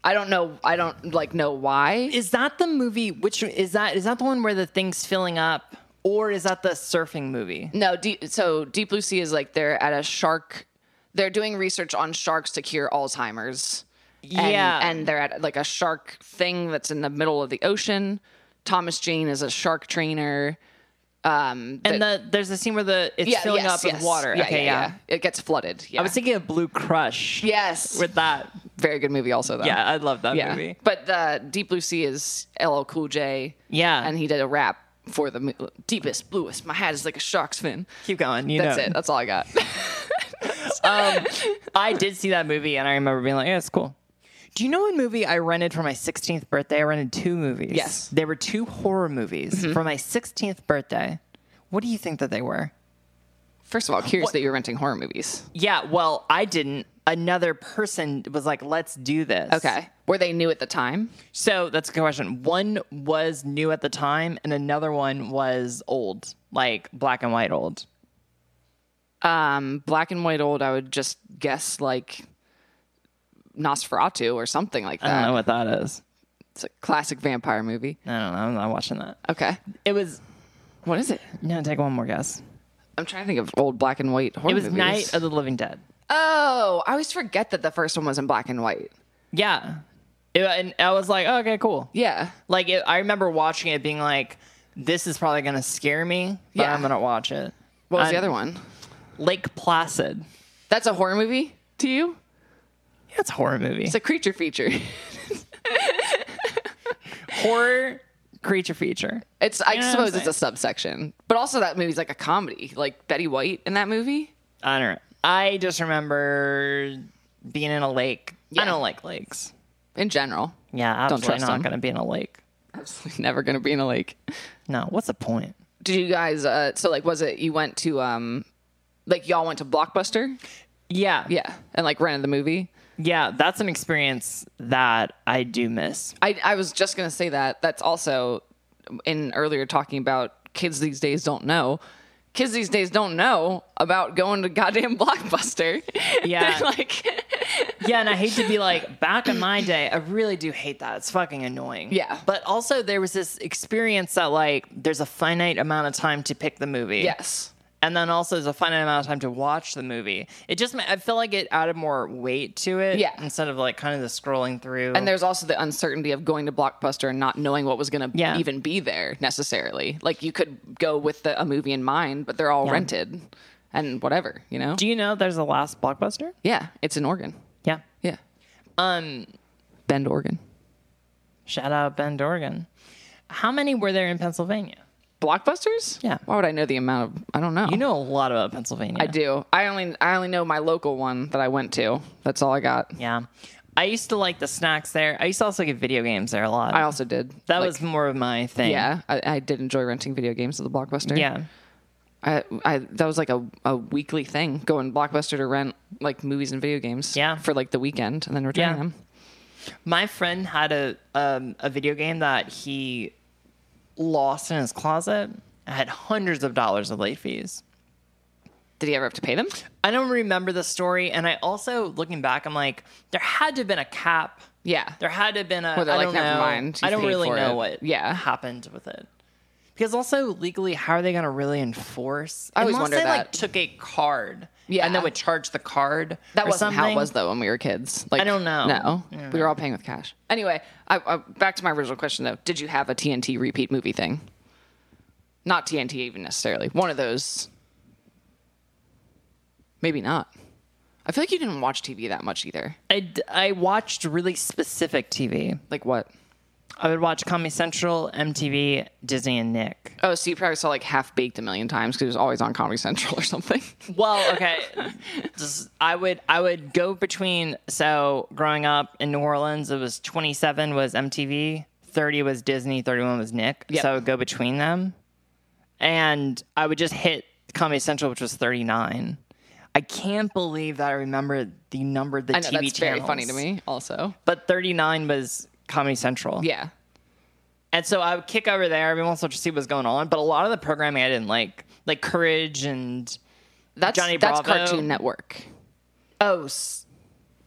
Speaker 1: I don't know. I don't like know why.
Speaker 2: is that the movie? Which is that? Is that the one where the thing's filling up, or is that the surfing movie?
Speaker 1: No, deep, so Deep Blue Sea is like they're at a shark. They're doing research on sharks to cure Alzheimer's. And,
Speaker 2: Yeah.
Speaker 1: and they're at like a shark thing that's in the middle of the ocean. Thomas Jane is a shark trainer. Um,
Speaker 2: And the, there's a scene where the it's
Speaker 1: yeah,
Speaker 2: filling
Speaker 1: yes,
Speaker 2: up with
Speaker 1: yes.
Speaker 2: water.
Speaker 1: Yeah,
Speaker 2: okay,
Speaker 1: yeah, yeah. It gets flooded. Yeah.
Speaker 2: I was thinking of Blue Crush.
Speaker 1: yes,
Speaker 2: With that.
Speaker 1: very good movie also though.
Speaker 2: Yeah, I love that
Speaker 1: yeah.
Speaker 2: movie.
Speaker 1: But the Deep Blue Sea is LL Cool J.
Speaker 2: Yeah.
Speaker 1: and he did a rap for the mo- deepest, bluest. My hat is like a shark's fin.
Speaker 2: Keep going. You
Speaker 1: That's
Speaker 2: know.
Speaker 1: it. That's all I got. *laughs*
Speaker 2: I did see that movie and I remember being like, yeah, it's cool. Do you know what movie I rented for my 16th birthday? I rented two movies.
Speaker 1: Yes.
Speaker 2: They were two horror movies for my 16th birthday. What do you think that they were?
Speaker 1: First of all, curious that you're renting horror movies.
Speaker 2: Yeah, well, I didn't. Another person was like, let's do this.
Speaker 1: Okay. Were they new at the time?
Speaker 2: So that's a good question. One was new at the time, and another one was old, like black and white old.
Speaker 1: Um, black and white old, I would just guess like Nosferatu or something like
Speaker 2: I don't
Speaker 1: that.
Speaker 2: know what that is.
Speaker 1: It's a classic vampire movie.
Speaker 2: I don't know. I'm not watching that.
Speaker 1: Okay.
Speaker 2: It was
Speaker 1: What is it?
Speaker 2: no. Take one more guess.
Speaker 1: I'm trying to think of old black and white horror
Speaker 2: It was
Speaker 1: movies.
Speaker 2: Night of the Living Dead.
Speaker 1: oh, I always forget that the first one was in black and white.
Speaker 2: Yeah, It- and I was like, "Oh, okay, cool.
Speaker 1: Yeah.
Speaker 2: Like it, I remember watching it, being like, this is probably gonna scare me, but
Speaker 1: Yeah.
Speaker 2: I'm gonna watch it.
Speaker 1: What was
Speaker 2: I'm-
Speaker 1: the other one?
Speaker 2: Lake Placid.
Speaker 1: That's a horror movie to you?
Speaker 2: It's a horror movie.
Speaker 1: It's a creature feature. *laughs*
Speaker 2: horror creature feature.
Speaker 1: It's I
Speaker 2: know what I'm
Speaker 1: suppose it's a subsection, but also that movie's like a comedy, like Betty White in that movie.
Speaker 2: I don't know. I just remember being in a lake. I
Speaker 1: Yeah.
Speaker 2: don't like lakes.
Speaker 1: In general, *laughs*
Speaker 2: Yeah,
Speaker 1: Don't
Speaker 2: absolutely
Speaker 1: trust
Speaker 2: not
Speaker 1: them.
Speaker 2: going to be in a lake.
Speaker 1: absolutely never going to be in a lake.
Speaker 2: No, what's the point?
Speaker 1: Did you guys? Uh, so like, was it you went to um, like y'all went to Blockbuster?
Speaker 2: Yeah,
Speaker 1: Yeah, and like rented the movie.
Speaker 2: yeah. That's an experience that I do miss.
Speaker 1: I, I was just going to say that. That's also in earlier talking about kids these days don't know. Kids these days don't know about going to goddamn *laughs* Blockbuster.
Speaker 2: Yeah.
Speaker 1: They're *laughs* like,
Speaker 2: Yeah, and I hate to be like back in my day. I really do hate that. It's fucking annoying.
Speaker 1: Yeah.
Speaker 2: but also there was this experience that like there's a finite amount of time to pick the movie.
Speaker 1: yes.
Speaker 2: and then also there's a finite amount of time to watch the movie. It just ma- I feel like it added more weight to it.
Speaker 1: Yeah.
Speaker 2: instead of like kind of the scrolling through.
Speaker 1: And there's also the uncertainty of going to Blockbuster and not knowing what was going to
Speaker 2: Yeah.
Speaker 1: even be there necessarily. Like you could go with the, a movie in mind, but they're all rented and whatever, you know?
Speaker 2: do you know there's a last blockbuster?
Speaker 1: yeah, it's in Oregon.
Speaker 2: Yeah.
Speaker 1: Yeah.
Speaker 2: Um,
Speaker 1: Bend, Oregon.
Speaker 2: shout out Bend, Oregon. How many were there in Pennsylvania?
Speaker 1: Blockbusters?
Speaker 2: Yeah.
Speaker 1: Why would I know the amount of, I don't know.
Speaker 2: You know a lot about Pennsylvania.
Speaker 1: I do. I only I only know my local one that I went to. That's all I got.
Speaker 2: Yeah. I used to like the snacks there. I used to also get video games there a lot.
Speaker 1: I also did.
Speaker 2: that
Speaker 1: Like,
Speaker 2: was more of my thing.
Speaker 1: yeah. I, I did enjoy renting video games at the Blockbuster.
Speaker 2: Yeah.
Speaker 1: I, I that was like a, a weekly thing going Blockbuster to rent like movies and video games.
Speaker 2: Yeah.
Speaker 1: for like the weekend and then returning
Speaker 2: Yeah.
Speaker 1: them.
Speaker 2: My friend had a um, a video game that he lost in his closet. I had hundreds of dollars of late fees.
Speaker 1: Did he ever have to pay them?
Speaker 2: I don't remember the story, and I also looking back, I'm like, there had to have been a cap.
Speaker 1: Yeah.
Speaker 2: There had to have been a.
Speaker 1: Well, they're
Speaker 2: I
Speaker 1: like,
Speaker 2: don't
Speaker 1: never
Speaker 2: know.
Speaker 1: mind, you
Speaker 2: I don't
Speaker 1: paid
Speaker 2: really
Speaker 1: for
Speaker 2: know
Speaker 1: it.
Speaker 2: what
Speaker 1: Yeah.
Speaker 2: happened with it. Because also legally, how are they going to really enforce?
Speaker 1: I always
Speaker 2: Unless
Speaker 1: wonder
Speaker 2: they
Speaker 1: that.
Speaker 2: like took a card,
Speaker 1: Yeah.
Speaker 2: and then would charge the card.
Speaker 1: That
Speaker 2: or
Speaker 1: wasn't how
Speaker 2: something.
Speaker 1: it was though when we were kids. Like
Speaker 2: I don't know.
Speaker 1: No, we were all paying with cash. Anyway, I, I, back to my original question though. Did you have a TNT repeat movie thing? Not TNT even necessarily. One of those. Maybe not. I feel like you didn't watch TV that much either.
Speaker 2: I, d- I watched really specific TV.
Speaker 1: Like what?
Speaker 2: I would watch Comedy Central, MTV, Disney, and Nick.
Speaker 1: Oh, so you probably saw like Half Baked a million times because it was always on Comedy Central or *laughs* something.
Speaker 2: Well, okay. *laughs* Just, I would I would go between so growing up in New Orleans, it was 27 was MTV, 30 was Disney, 31 was Nick.
Speaker 1: Yep.
Speaker 2: So I would go between them. And I would just hit Comedy Central, which was 39. I can't believe that I remember the number of the
Speaker 1: I know
Speaker 2: TV
Speaker 1: that's
Speaker 2: channels.
Speaker 1: very funny to me. Also,
Speaker 2: But 39 was Comedy Central.
Speaker 1: yeah,
Speaker 2: And so I would kick over there every once in a while to see what's going on. But a lot of the programming I didn't like, like Courage and
Speaker 1: that's
Speaker 2: Johnny
Speaker 1: that's
Speaker 2: Bravo.
Speaker 1: Cartoon Network.
Speaker 2: Oh, s-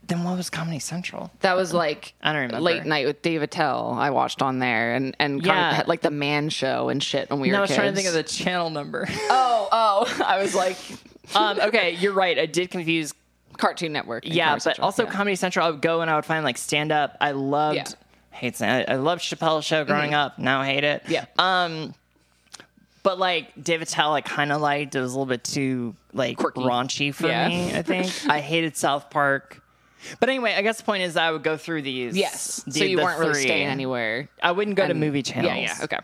Speaker 2: then what was Comedy Central?
Speaker 1: That was like
Speaker 2: I don't remember.
Speaker 1: late night with Dave Attell. I watched on there and and kind
Speaker 2: Yeah.
Speaker 1: of had like the Man Show and shit when we
Speaker 2: No,
Speaker 1: were
Speaker 2: I was
Speaker 1: kids.
Speaker 2: trying to think of the channel number.
Speaker 1: oh oh, *laughs* I was like
Speaker 2: *laughs* um, okay, you're right. I did confuse.
Speaker 1: Cartoon Network. and
Speaker 2: Yeah,
Speaker 1: Comedy
Speaker 2: but
Speaker 1: Central,
Speaker 2: also
Speaker 1: yeah.
Speaker 2: Comedy Central. I would go and I would find like stand up. I loved.
Speaker 1: Yeah. Mm-hmm.
Speaker 2: I Hate stand. I, I loved Chappelle's show growing up. Now I hate it. Um,
Speaker 1: yeah.
Speaker 2: But like David Tell, I kind of liked. It was a little bit too like
Speaker 1: Quirky.
Speaker 2: raunchy for
Speaker 1: Yeah.
Speaker 2: me.
Speaker 1: *laughs*
Speaker 2: I think I hated South Park. But anyway, I guess the point is I would go through these.
Speaker 1: yes,
Speaker 2: the-
Speaker 1: so you
Speaker 2: the
Speaker 1: weren't really
Speaker 2: three.
Speaker 1: staying anywhere.
Speaker 2: I wouldn't go to movie channels.
Speaker 1: Yeah, yeah, okay.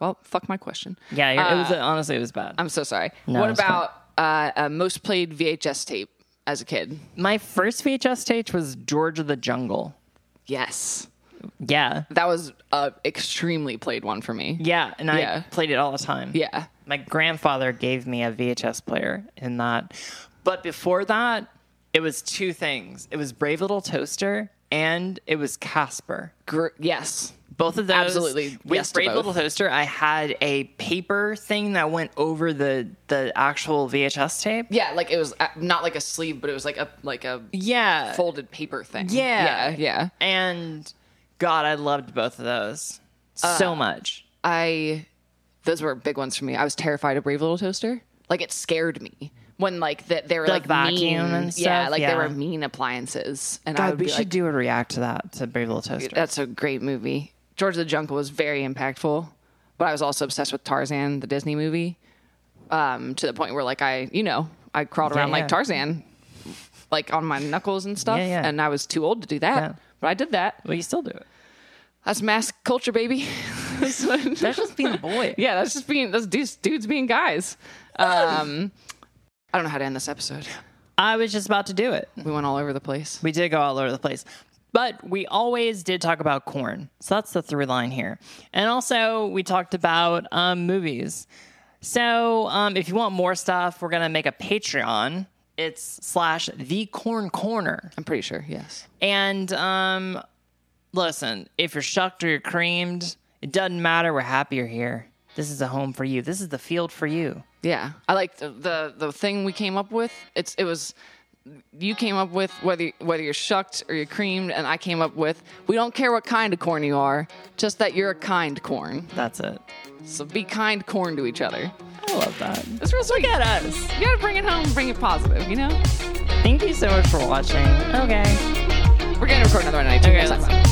Speaker 1: Well, fuck my question.
Speaker 2: Yeah, you're- it
Speaker 1: Uh,
Speaker 2: was honestly it was bad.
Speaker 1: I'm so sorry.
Speaker 2: No,
Speaker 1: what
Speaker 2: it's fine.
Speaker 1: about uh, a most played VHS tape as a kid?
Speaker 2: My first VHS tape was George of the Jungle.
Speaker 1: Yes,
Speaker 2: Yeah.
Speaker 1: that was a extremely played one for me.
Speaker 2: Yeah. And I
Speaker 1: Yeah.
Speaker 2: played it all the time.
Speaker 1: yeah.
Speaker 2: My grandfather gave me a VHS player in that. But before that, it was two things it was Brave Little Toaster and it was Casper.
Speaker 1: Gr- yes.
Speaker 2: Both of those.
Speaker 1: Absolutely.
Speaker 2: With
Speaker 1: Yes to
Speaker 2: Brave
Speaker 1: both.
Speaker 2: Little Toaster, I had a paper thing that went over the, the actual VHS tape.
Speaker 1: Yeah, like it was uh, not like a sleeve, but it was like a like a
Speaker 2: Yeah.
Speaker 1: folded paper thing.
Speaker 2: Yeah.
Speaker 1: yeah, yeah.
Speaker 2: And God, I loved both of those
Speaker 1: Uh,
Speaker 2: so much.
Speaker 1: I those were big ones for me. I was terrified of Brave Little Toaster. Like it scared me when like that they were
Speaker 2: The
Speaker 1: like
Speaker 2: vacuum
Speaker 1: mean,
Speaker 2: and
Speaker 1: Yeah,
Speaker 2: stuff,
Speaker 1: like
Speaker 2: yeah.
Speaker 1: they were mean appliances, and I
Speaker 2: God,
Speaker 1: would
Speaker 2: we
Speaker 1: be
Speaker 2: should
Speaker 1: like,
Speaker 2: do a react to that to Brave Little Toaster.
Speaker 1: "That's a great movie." George of the Jungle was very impactful, but I was also obsessed with Tarzan, the Disney movie, um, to the point where like I, you know, I crawled around
Speaker 2: yeah.
Speaker 1: like Tarzan like on my knuckles and stuff.
Speaker 2: Yeah, yeah.
Speaker 1: And I was too old to do that,
Speaker 2: Yeah.
Speaker 1: but I did that.
Speaker 2: Well, you still do it.
Speaker 1: That's mass culture, baby. That's what-
Speaker 2: *laughs* That's just being a *laughs* boy.
Speaker 1: *laughs* yeah, that's just being that's dudes, dudes being guys. Um, I don't know how to end this episode.
Speaker 2: I was just about to do it.
Speaker 1: We went all over the place.
Speaker 2: We did go all over the place. But we always did talk about corn. So that's the through line here. And also, we talked about um, movies. So um, if you want more stuff, we're going to make a Patreon. It's slash the corn corner.
Speaker 1: I'm pretty sure. Yes.
Speaker 2: And um, listen, if you're shucked or you're creamed, it doesn't matter. We're happy you're here. This is a home for you. This is the field for you.
Speaker 1: Yeah, I like the, the the thing we came up with. It's it was you came up with whether whether you're shucked or you're creamed, and I came up with we don't care what kind of corn you are, just that you're a kind corn.
Speaker 2: That's it.
Speaker 1: So be kind corn to each other.
Speaker 2: I love that.
Speaker 1: It's real sweet.
Speaker 2: Look at us.
Speaker 1: You gotta bring it home, bring it positive. You know,
Speaker 2: Thank you so much for watching. Okay.
Speaker 1: we're gonna record another one tonight. too.
Speaker 2: Okay,
Speaker 1: Guys,
Speaker 2: let's-
Speaker 1: bye.